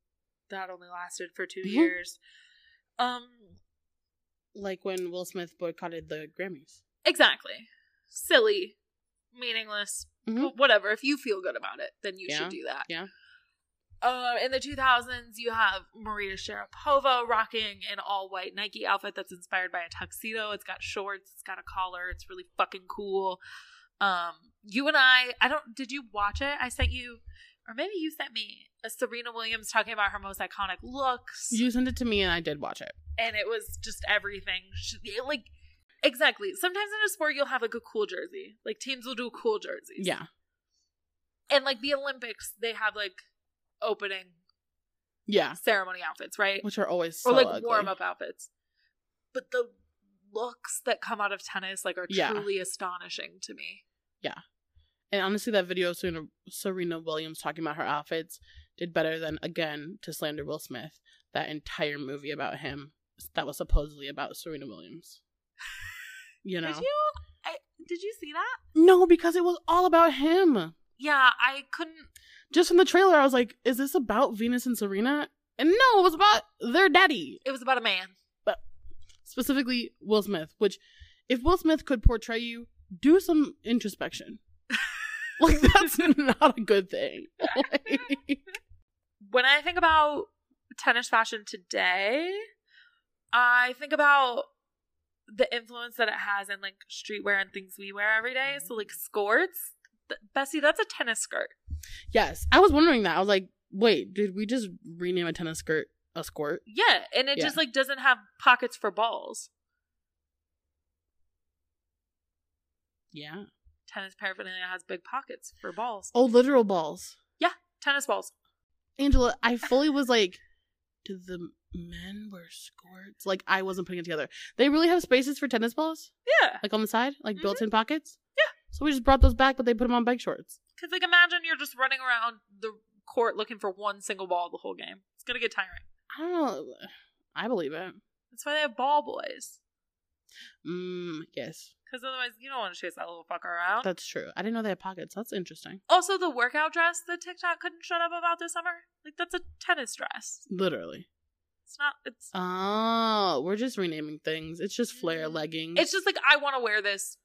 S3: that only lasted for 2
S1: Mhm.
S3: years. Um,
S1: Like when Will Smith boycotted the Grammys.
S3: Exactly. Silly, meaningless,
S1: Mhm.
S3: wh- whatever. If you feel good about it, then you
S1: Yeah,
S3: should do that.
S1: yeah.
S3: Uh, in the 2000s, you have Maria Sharapova rocking an all white Nike outfit that's inspired by a tuxedo. It's got shorts, it's got a collar, it's really fucking cool. Um, you and I, I don't, did you watch it? I sent you, or maybe you sent me a Serena Williams talking about her most iconic looks
S1: You sent it to me and I did watch it.
S3: and it was just everything. Sh- it, Like exactly. Sometimes in a sport you'll have like a cool jersey. Like teams will do cool jerseys.
S1: Yeah.
S3: And like the Olympics, they have like opening
S1: Yeah.
S3: ceremony outfits, right?
S1: Which are always so
S3: or like
S1: ugly.
S3: warm up outfits. But the looks that come out of tennis like are
S1: Yeah.
S3: truly astonishing to me.
S1: And honestly, that video of Serena, Serena Williams talking about her outfits did better than, again, to slander Will Smith, that entire movie about him that was supposedly about Serena Williams. You know?
S3: Did you I, did you see that?
S1: No, because it was all about him.
S3: Yeah, I couldn't
S1: Just from the trailer, I was like, is this about Venus and Serena? And no, it was about their daddy,
S3: it was about a man.
S1: specifically Will Smith, which, if Will Smith could portray you, do some introspection. like, that's not a good thing. Like-
S3: when I think about tennis fashion today, I think about the influence that it has in like streetwear and things we wear every day. So like skirts, Th- Bessie, that's a tennis skirt.
S1: Yes, I was wondering that. I was like, wait, did we just rename a tennis skirt a squirt?
S3: Yeah, and it just like doesn't have pockets for balls.
S1: Yeah.
S3: Tennis paraphernalia has big pockets for balls.
S1: Oh, literal balls.
S3: Tennis balls.
S1: Angela, I fully was like, did the men wear skirts? Like, I wasn't putting it together. They really have spaces for tennis balls,
S3: Yeah,
S1: like on the side, like
S3: Mhm.
S1: built in pockets? Mm-hmm. Yeah. So we just brought those back, but they put them on bike shorts.
S3: because like imagine you're just running around the court looking for one single ball the whole game. It's gonna get tiring.
S1: I don't know. I believe it.
S3: That's why they have ball boys.
S1: Mm, yes,
S3: Because otherwise, you don't want to chase that little fucker around.
S1: that's true. I didn't know they had pockets. That's interesting.
S3: Also, the workout dress that TikTok couldn't shut up about this summer. Like, that's a tennis dress.
S1: Literally.
S3: It's not,
S1: Um,
S3: it's,
S1: Oh, we're just renaming things. Mm-hmm. It's just flare
S3: Mhm.
S1: leggings.
S3: it's just like, I want to wear this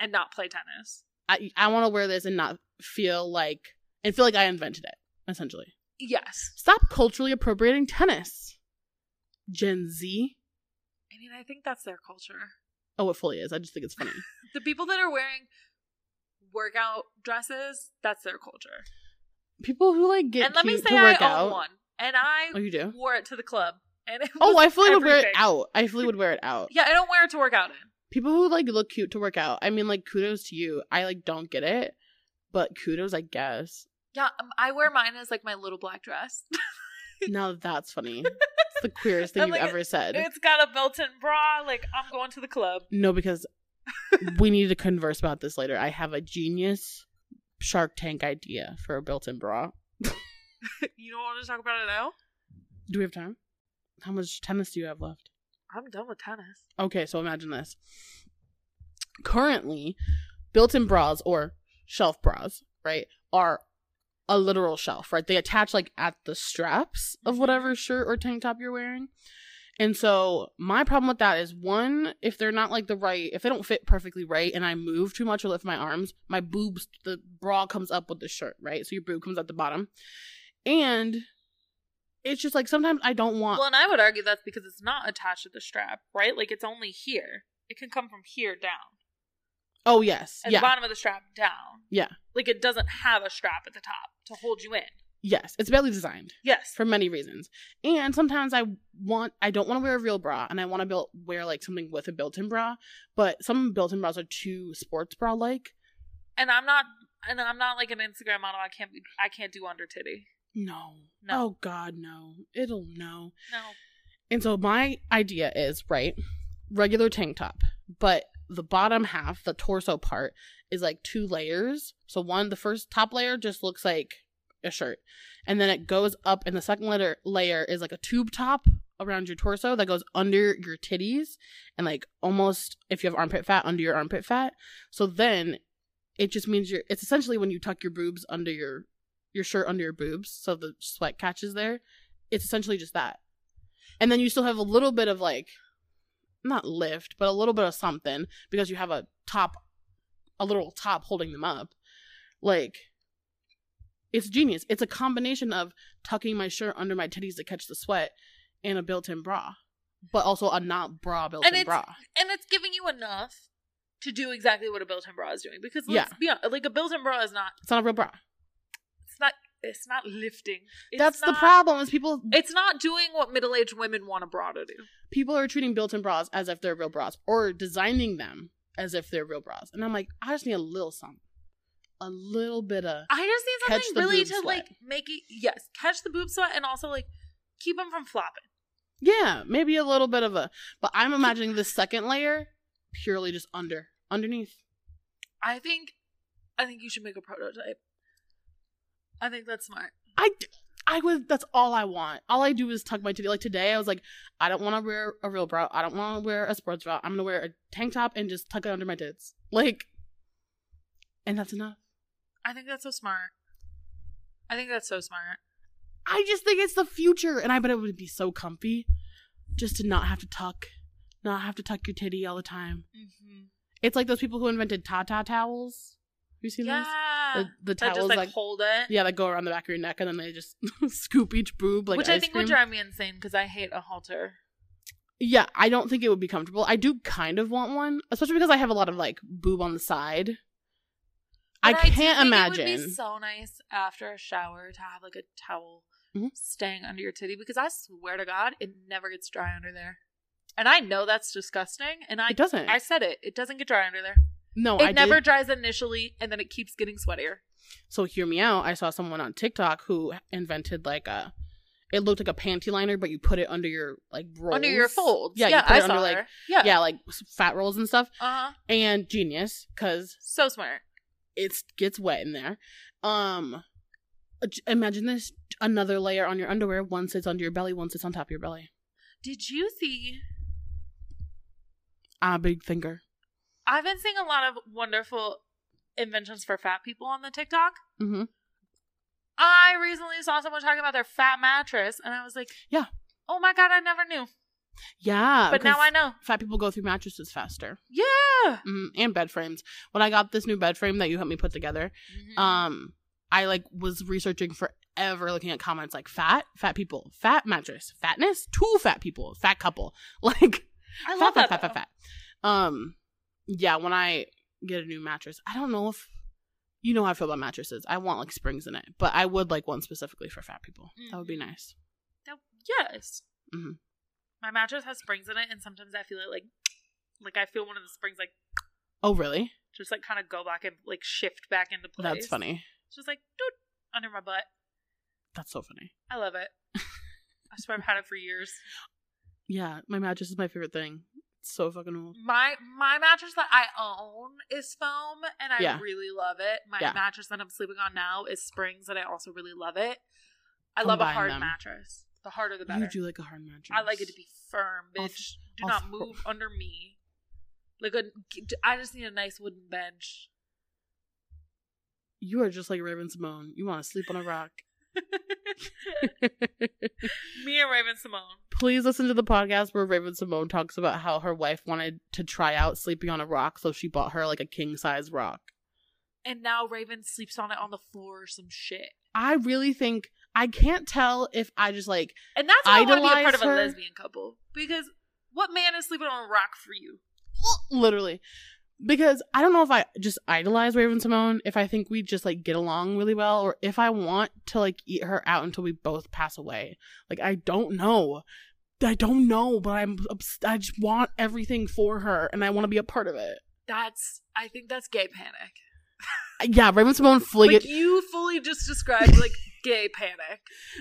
S3: and not play tennis.
S1: I I want to wear this and not feel like and feel like I invented it. Essentially,
S3: Yes.
S1: stop culturally appropriating tennis. Gen Z.
S3: I mean, I think that's their culture.
S1: Oh, it fully is. I just think it's funny.
S3: The people that are wearing workout dresses, that's their culture.
S1: People who like get
S3: and let me
S1: cute
S3: say,
S1: to
S3: I
S1: work
S3: own
S1: out.
S3: one. And I
S1: Oh, you do.
S3: wore it to the club. And it
S1: Oh,
S3: was
S1: I fully would wear it
S3: everything.
S1: out. I fully would wear it out.
S3: Yeah, I don't wear it to work out in.
S1: People who like look cute to work out. I mean, like kudos to you. I like don't get it, but kudos, I guess.
S3: Yeah, um, I wear mine as like my little black dress.
S1: Now that's funny. It's the queerest thing
S3: I'm
S1: you've
S3: like,
S1: ever said.
S3: it's got a built in bra. Like, I'm going to the club.
S1: No, because we need to converse about this later. I have a genius Shark Tank idea for a built-in bra.
S3: You don't want to talk about it now?
S1: Do we have time? How much tennis do you have left?
S3: I'm done with tennis.
S1: Okay, so imagine this. Currently, built-in bras or shelf bras, right, are a literal shelf, right? They attach like at the straps of whatever shirt or tank top you're wearing. And so my problem with that is one, if they're not like the right, if they don't fit perfectly right and I move too much or lift my arms, my boobs, the bra comes up with the shirt, right? So your boob comes at the bottom. And it's just like sometimes I don't want
S3: Well, and I would argue that's because it's not attached to the strap, right? Like it's only here. It can come from here down,
S1: Oh yes.
S3: at
S1: yeah.
S3: the bottom of the strap down.
S1: Yeah.
S3: Like it doesn't have a strap at the top to hold you in.
S1: yes. It's badly designed.
S3: Yes.
S1: for many reasons. And sometimes I want I don't want to wear a real bra and I want to build, wear like something with a built-in bra, but some built-in bras are too sports bra like.
S3: and I'm not. And I'm not like an Instagram model. I can't. Be, I can't do under titty.
S1: No.
S3: No.
S1: Oh god, no. It'll no.
S3: No.
S1: And so my idea is, right, regular tank top, but the bottom half, the torso part is like two layers. So one the first top layer just looks like a shirt. And then it goes up and the second layer layer is like a tube top around your torso that goes under your titties and like almost if you have armpit fat under your armpit fat. So then it just means you're it's essentially when you tuck your boobs under your your shirt under your boobs so the sweat catches there. It's essentially just that. And then you still have a little bit of like not lift, but a little bit of something because you have a top a little top holding them up. Like it's genius. It's a combination of tucking my shirt under my titties to catch the sweat and a built-in bra. But also a not bra built-in
S3: it's-
S1: bra.
S3: and it's giving you enough to do exactly what a built-in bra is doing because
S1: Yeah.
S3: let's be honest, like a built-in bra is not
S1: It's not a real bra.
S3: it's not it's not lifting It's
S1: That's the
S3: not-
S1: problem is people
S3: it's not doing what middle-aged women want a bra to do
S1: people are treating built-in bras as if they're real bras or designing them as if they're real bras. And I'm like, I just need a little something. A little bit of
S3: i just need
S1: Catch
S3: something
S1: the
S3: really
S1: boob
S3: to like make it yes catch the boob sweat and also like keep them from flopping
S1: Yeah, maybe a little bit of a. But I'm imagining the second layer purely just under, underneath.
S3: i think i think you should make a prototype i think that's smart
S1: I, I was. That's all I want. All I do is tuck my titty. Like today, I was like, I don't want to wear a real bra. I don't want to wear a sports bra. I'm gonna wear a tank top and just tuck it under my tits. Like, and that's enough.
S3: i think that's so smart i think that's so smart
S1: I just think it's the future, and I bet it would be so comfy, just to not have to tuck, not have to tuck your titty all the time.
S3: mm-hmm.
S1: It's like those people who invented Tata towels. Have you seen
S3: yeah
S1: those? The, the
S3: that
S1: towels
S3: just like,
S1: like
S3: hold it
S1: Yeah, that go around the back of your neck, and then they just scoop each boob like
S3: Which
S1: ice
S3: I think
S1: cream.
S3: would drive me insane because I hate a halter.
S1: yeah, I don't think it would be comfortable. I do kind of want one, especially because I have a lot of like boob on the side. I
S3: But do
S1: can't
S3: think
S1: imagine.
S3: It would be so nice after a shower to have like a towel
S1: Mhm.
S3: staying under your titty because I swear to God, it never gets dry under there. And I know that's disgusting. And I
S1: it doesn't.
S3: I said it. It doesn't get dry under there.
S1: no,
S3: it
S1: I
S3: never
S1: Did.
S3: dries initially, and then it keeps getting sweatier.
S1: So hear me out. I saw someone on TikTok who invented like a. It looked like a panty liner, but you put it under your like rolls.
S3: Under your folds.
S1: Yeah,
S3: Yeah,
S1: you put
S3: I
S1: it
S3: saw
S1: under, like-
S3: her. Yeah.
S1: Yeah, like s- fat rolls and stuff.
S3: Uh-huh.
S1: And genius, because
S3: So smart.
S1: it gets wet in there. Um, j- imagine this another layer on your underwear. One sits under your belly, one sits on top of your belly.
S3: Did you see?
S1: I'm a big thinker.
S3: I've been seeing a lot of wonderful inventions for fat people on the TikTok.
S1: Mm-hmm.
S3: I recently saw someone talking about their fat mattress, and I was like,
S1: Yeah.
S3: Oh my God, I never knew.
S1: Yeah,
S3: but now
S1: 'cause
S3: I know.
S1: Fat people go through mattresses faster,
S3: Yeah.
S1: mm, and bed frames. When I got this new bed frame that you helped me put together,
S3: Mm-hmm.
S1: um, I like was researching forever, looking at comments like fat, fat people, fat mattress, fatness, two fat people, fat couple, like
S3: I
S1: fat, fat,
S3: love that.
S1: fat,
S3: though.
S1: fat, fat. Um, yeah, when I get a new mattress, I don't know if you know how I feel about mattresses. I want like springs in it, but I would like one specifically for fat people. That would be
S3: Mhm.
S1: nice.
S3: That- Yes.
S1: Mhm.
S3: My mattress has springs in it, and sometimes I feel it like, like I feel one of the springs like
S1: Oh, really?
S3: just like kind of go back and like shift back into place.
S1: That's funny.
S3: It's just like doot, under my butt.
S1: That's so funny.
S3: I love it. I swear I've had it for years.
S1: Yeah, my mattress is my favorite thing. It's so fucking old.
S3: My my mattress that I own is foam, and I
S1: Yeah.
S3: really love it. My
S1: Yeah.
S3: mattress that I'm sleeping on now is springs, and I also really love it. I love a
S1: Combine
S3: hard
S1: them.
S3: mattress. The harder the better.
S1: You do like a hard mattress.
S3: I like it to be firm,
S1: I'll
S3: bitch. Do
S1: I'll
S3: not
S1: throw-
S3: move under me. Like a, I just need a nice wooden bench.
S1: You are just like Raven Simone. You want to sleep on a rock.
S3: Me and Raven Simone.
S1: Please listen to the podcast where Raven Simone talks about how her wife wanted to try out sleeping on a rock, so she bought her like a king size rock.
S3: And now Raven sleeps on it on the floor or some shit.
S1: I really think I can't tell if I just like
S3: And that's why I want to be a part
S1: Idolize
S3: of a
S1: her.
S3: lesbian couple. Because what man is sleeping on a rock for you?
S1: literally because I don't know if I just idolize Raven Simone, if I think we just like get along really well, or if I want to like eat her out until we both pass away. Like I don't know. I don't know, but I'm obs- I just want everything for her, and I want to be a part of it.
S3: That's I think that's gay panic.
S1: Yeah, Raven Simone fling
S3: like
S1: it.
S3: you fully just described like gay panic.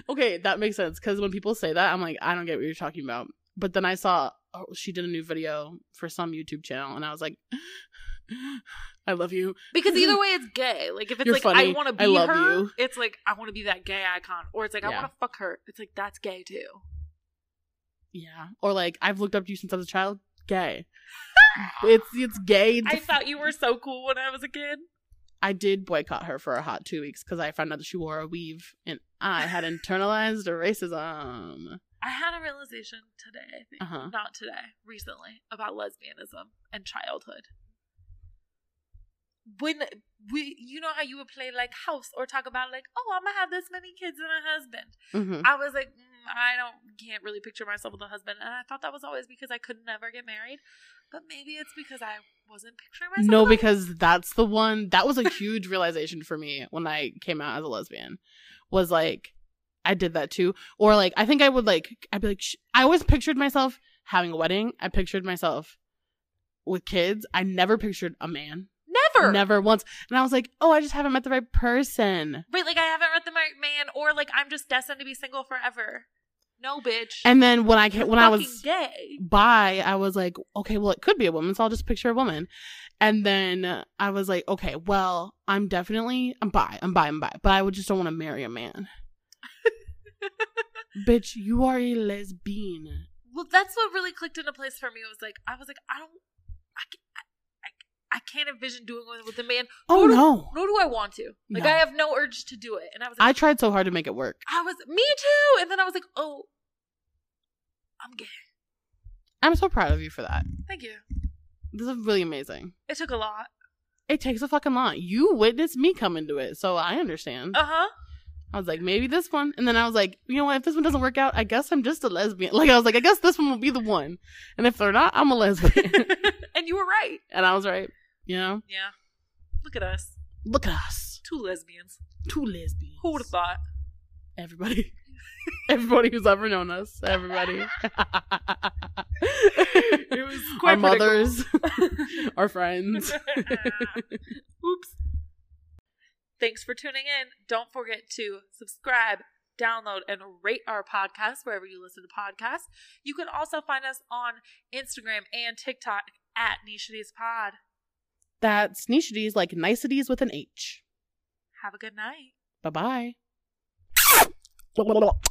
S1: Okay, that makes sense because when people say that, I'm like, I don't get what you're talking about. But then I saw oh, she did a new video for some YouTube channel, and I was like, I love you.
S3: Because either way it's gay. Like if it's
S1: You're
S3: like
S1: funny.
S3: I wanna be
S1: I love
S3: her,
S1: you.
S3: it's like I wanna be that gay icon. Or it's like I
S1: Yeah.
S3: wanna fuck her. It's like that's gay too.
S1: Yeah. Or like I've looked up to you since I was a child. Gay. it's it's gay.
S3: I thought you were so cool when I was a kid.
S1: I did boycott her for a hot two weeks because I found out that she wore a weave and I had internalized racism.
S3: I had a realization today, I think.
S1: Uh-huh.
S3: Not today, recently, about lesbianism and childhood. When we you know how you would play like house or talk about like, oh, I'm gonna have this many kids and a husband.
S1: hmm
S3: I was like, mm, I don't can't really picture myself with a husband, and I thought that was always because I could never get married. But maybe it's because I wasn't picturing myself.
S1: No,
S3: with a-
S1: because that's the one that was a huge realization for me when I came out as a lesbian. Was like, I did that too. Or like, I think I would like, I'd be like, sh- I always pictured myself having a wedding. I pictured myself with kids. I never pictured a man.
S3: never,
S1: Never once. And I was like, oh, I just haven't met the right person.
S3: Right, like I haven't read the right man, or like I'm just destined to be single forever. No, bitch.
S1: And then when I ca-
S3: You're
S1: when I
S3: fucking
S1: was
S3: gay,
S1: bi, I was like, okay, well, it could be a woman, so I'll just picture a woman. And then uh, I was like, okay, well, I'm definitely I'm bi, I'm bi, I'm bi, but I would just don't want to marry a man. Bitch, you are a lesbian.
S3: well, that's what really clicked into place for me. It was like I was like, I don't, I can't, I, I, I can't envision doing it with a man.
S1: Oh
S3: nor do-
S1: no,
S3: nor do I want to. Like
S1: No.
S3: I have no urge to do it. And I was like,
S1: I tried so hard to make it work.
S3: I was me too, and then I was like, oh, I'm gay.
S1: I'm so proud of you for that.
S3: Thank you.
S1: This is really amazing.
S3: It took a lot.
S1: It takes a fucking lot. You witnessed me come into it, so I understand.
S3: Uh huh.
S1: I was like, maybe this one. And then I was like, you know what? If this one doesn't work out, I guess I'm just a lesbian. Like, I was like, I guess this one will be the one. And if they're not, I'm a lesbian.
S3: and you were right.
S1: and I was right. You know?
S3: Yeah. Look at us,
S1: Look at us.
S3: two lesbians.
S1: Two lesbians.
S3: Who would have thought?
S1: Everybody. Everybody who's ever known us. Everybody.
S3: It was
S1: our
S3: quite
S1: mothers,
S3: predictable.
S1: our friends.
S3: Oops. Thanks for tuning in. Don't forget to subscribe, download, and rate our podcast wherever you listen to podcasts. You can also find us on Instagram and TikTok at Nishides Pod.
S1: That's niceties like niceties with an H.
S3: Have a good night.
S1: Bye bye.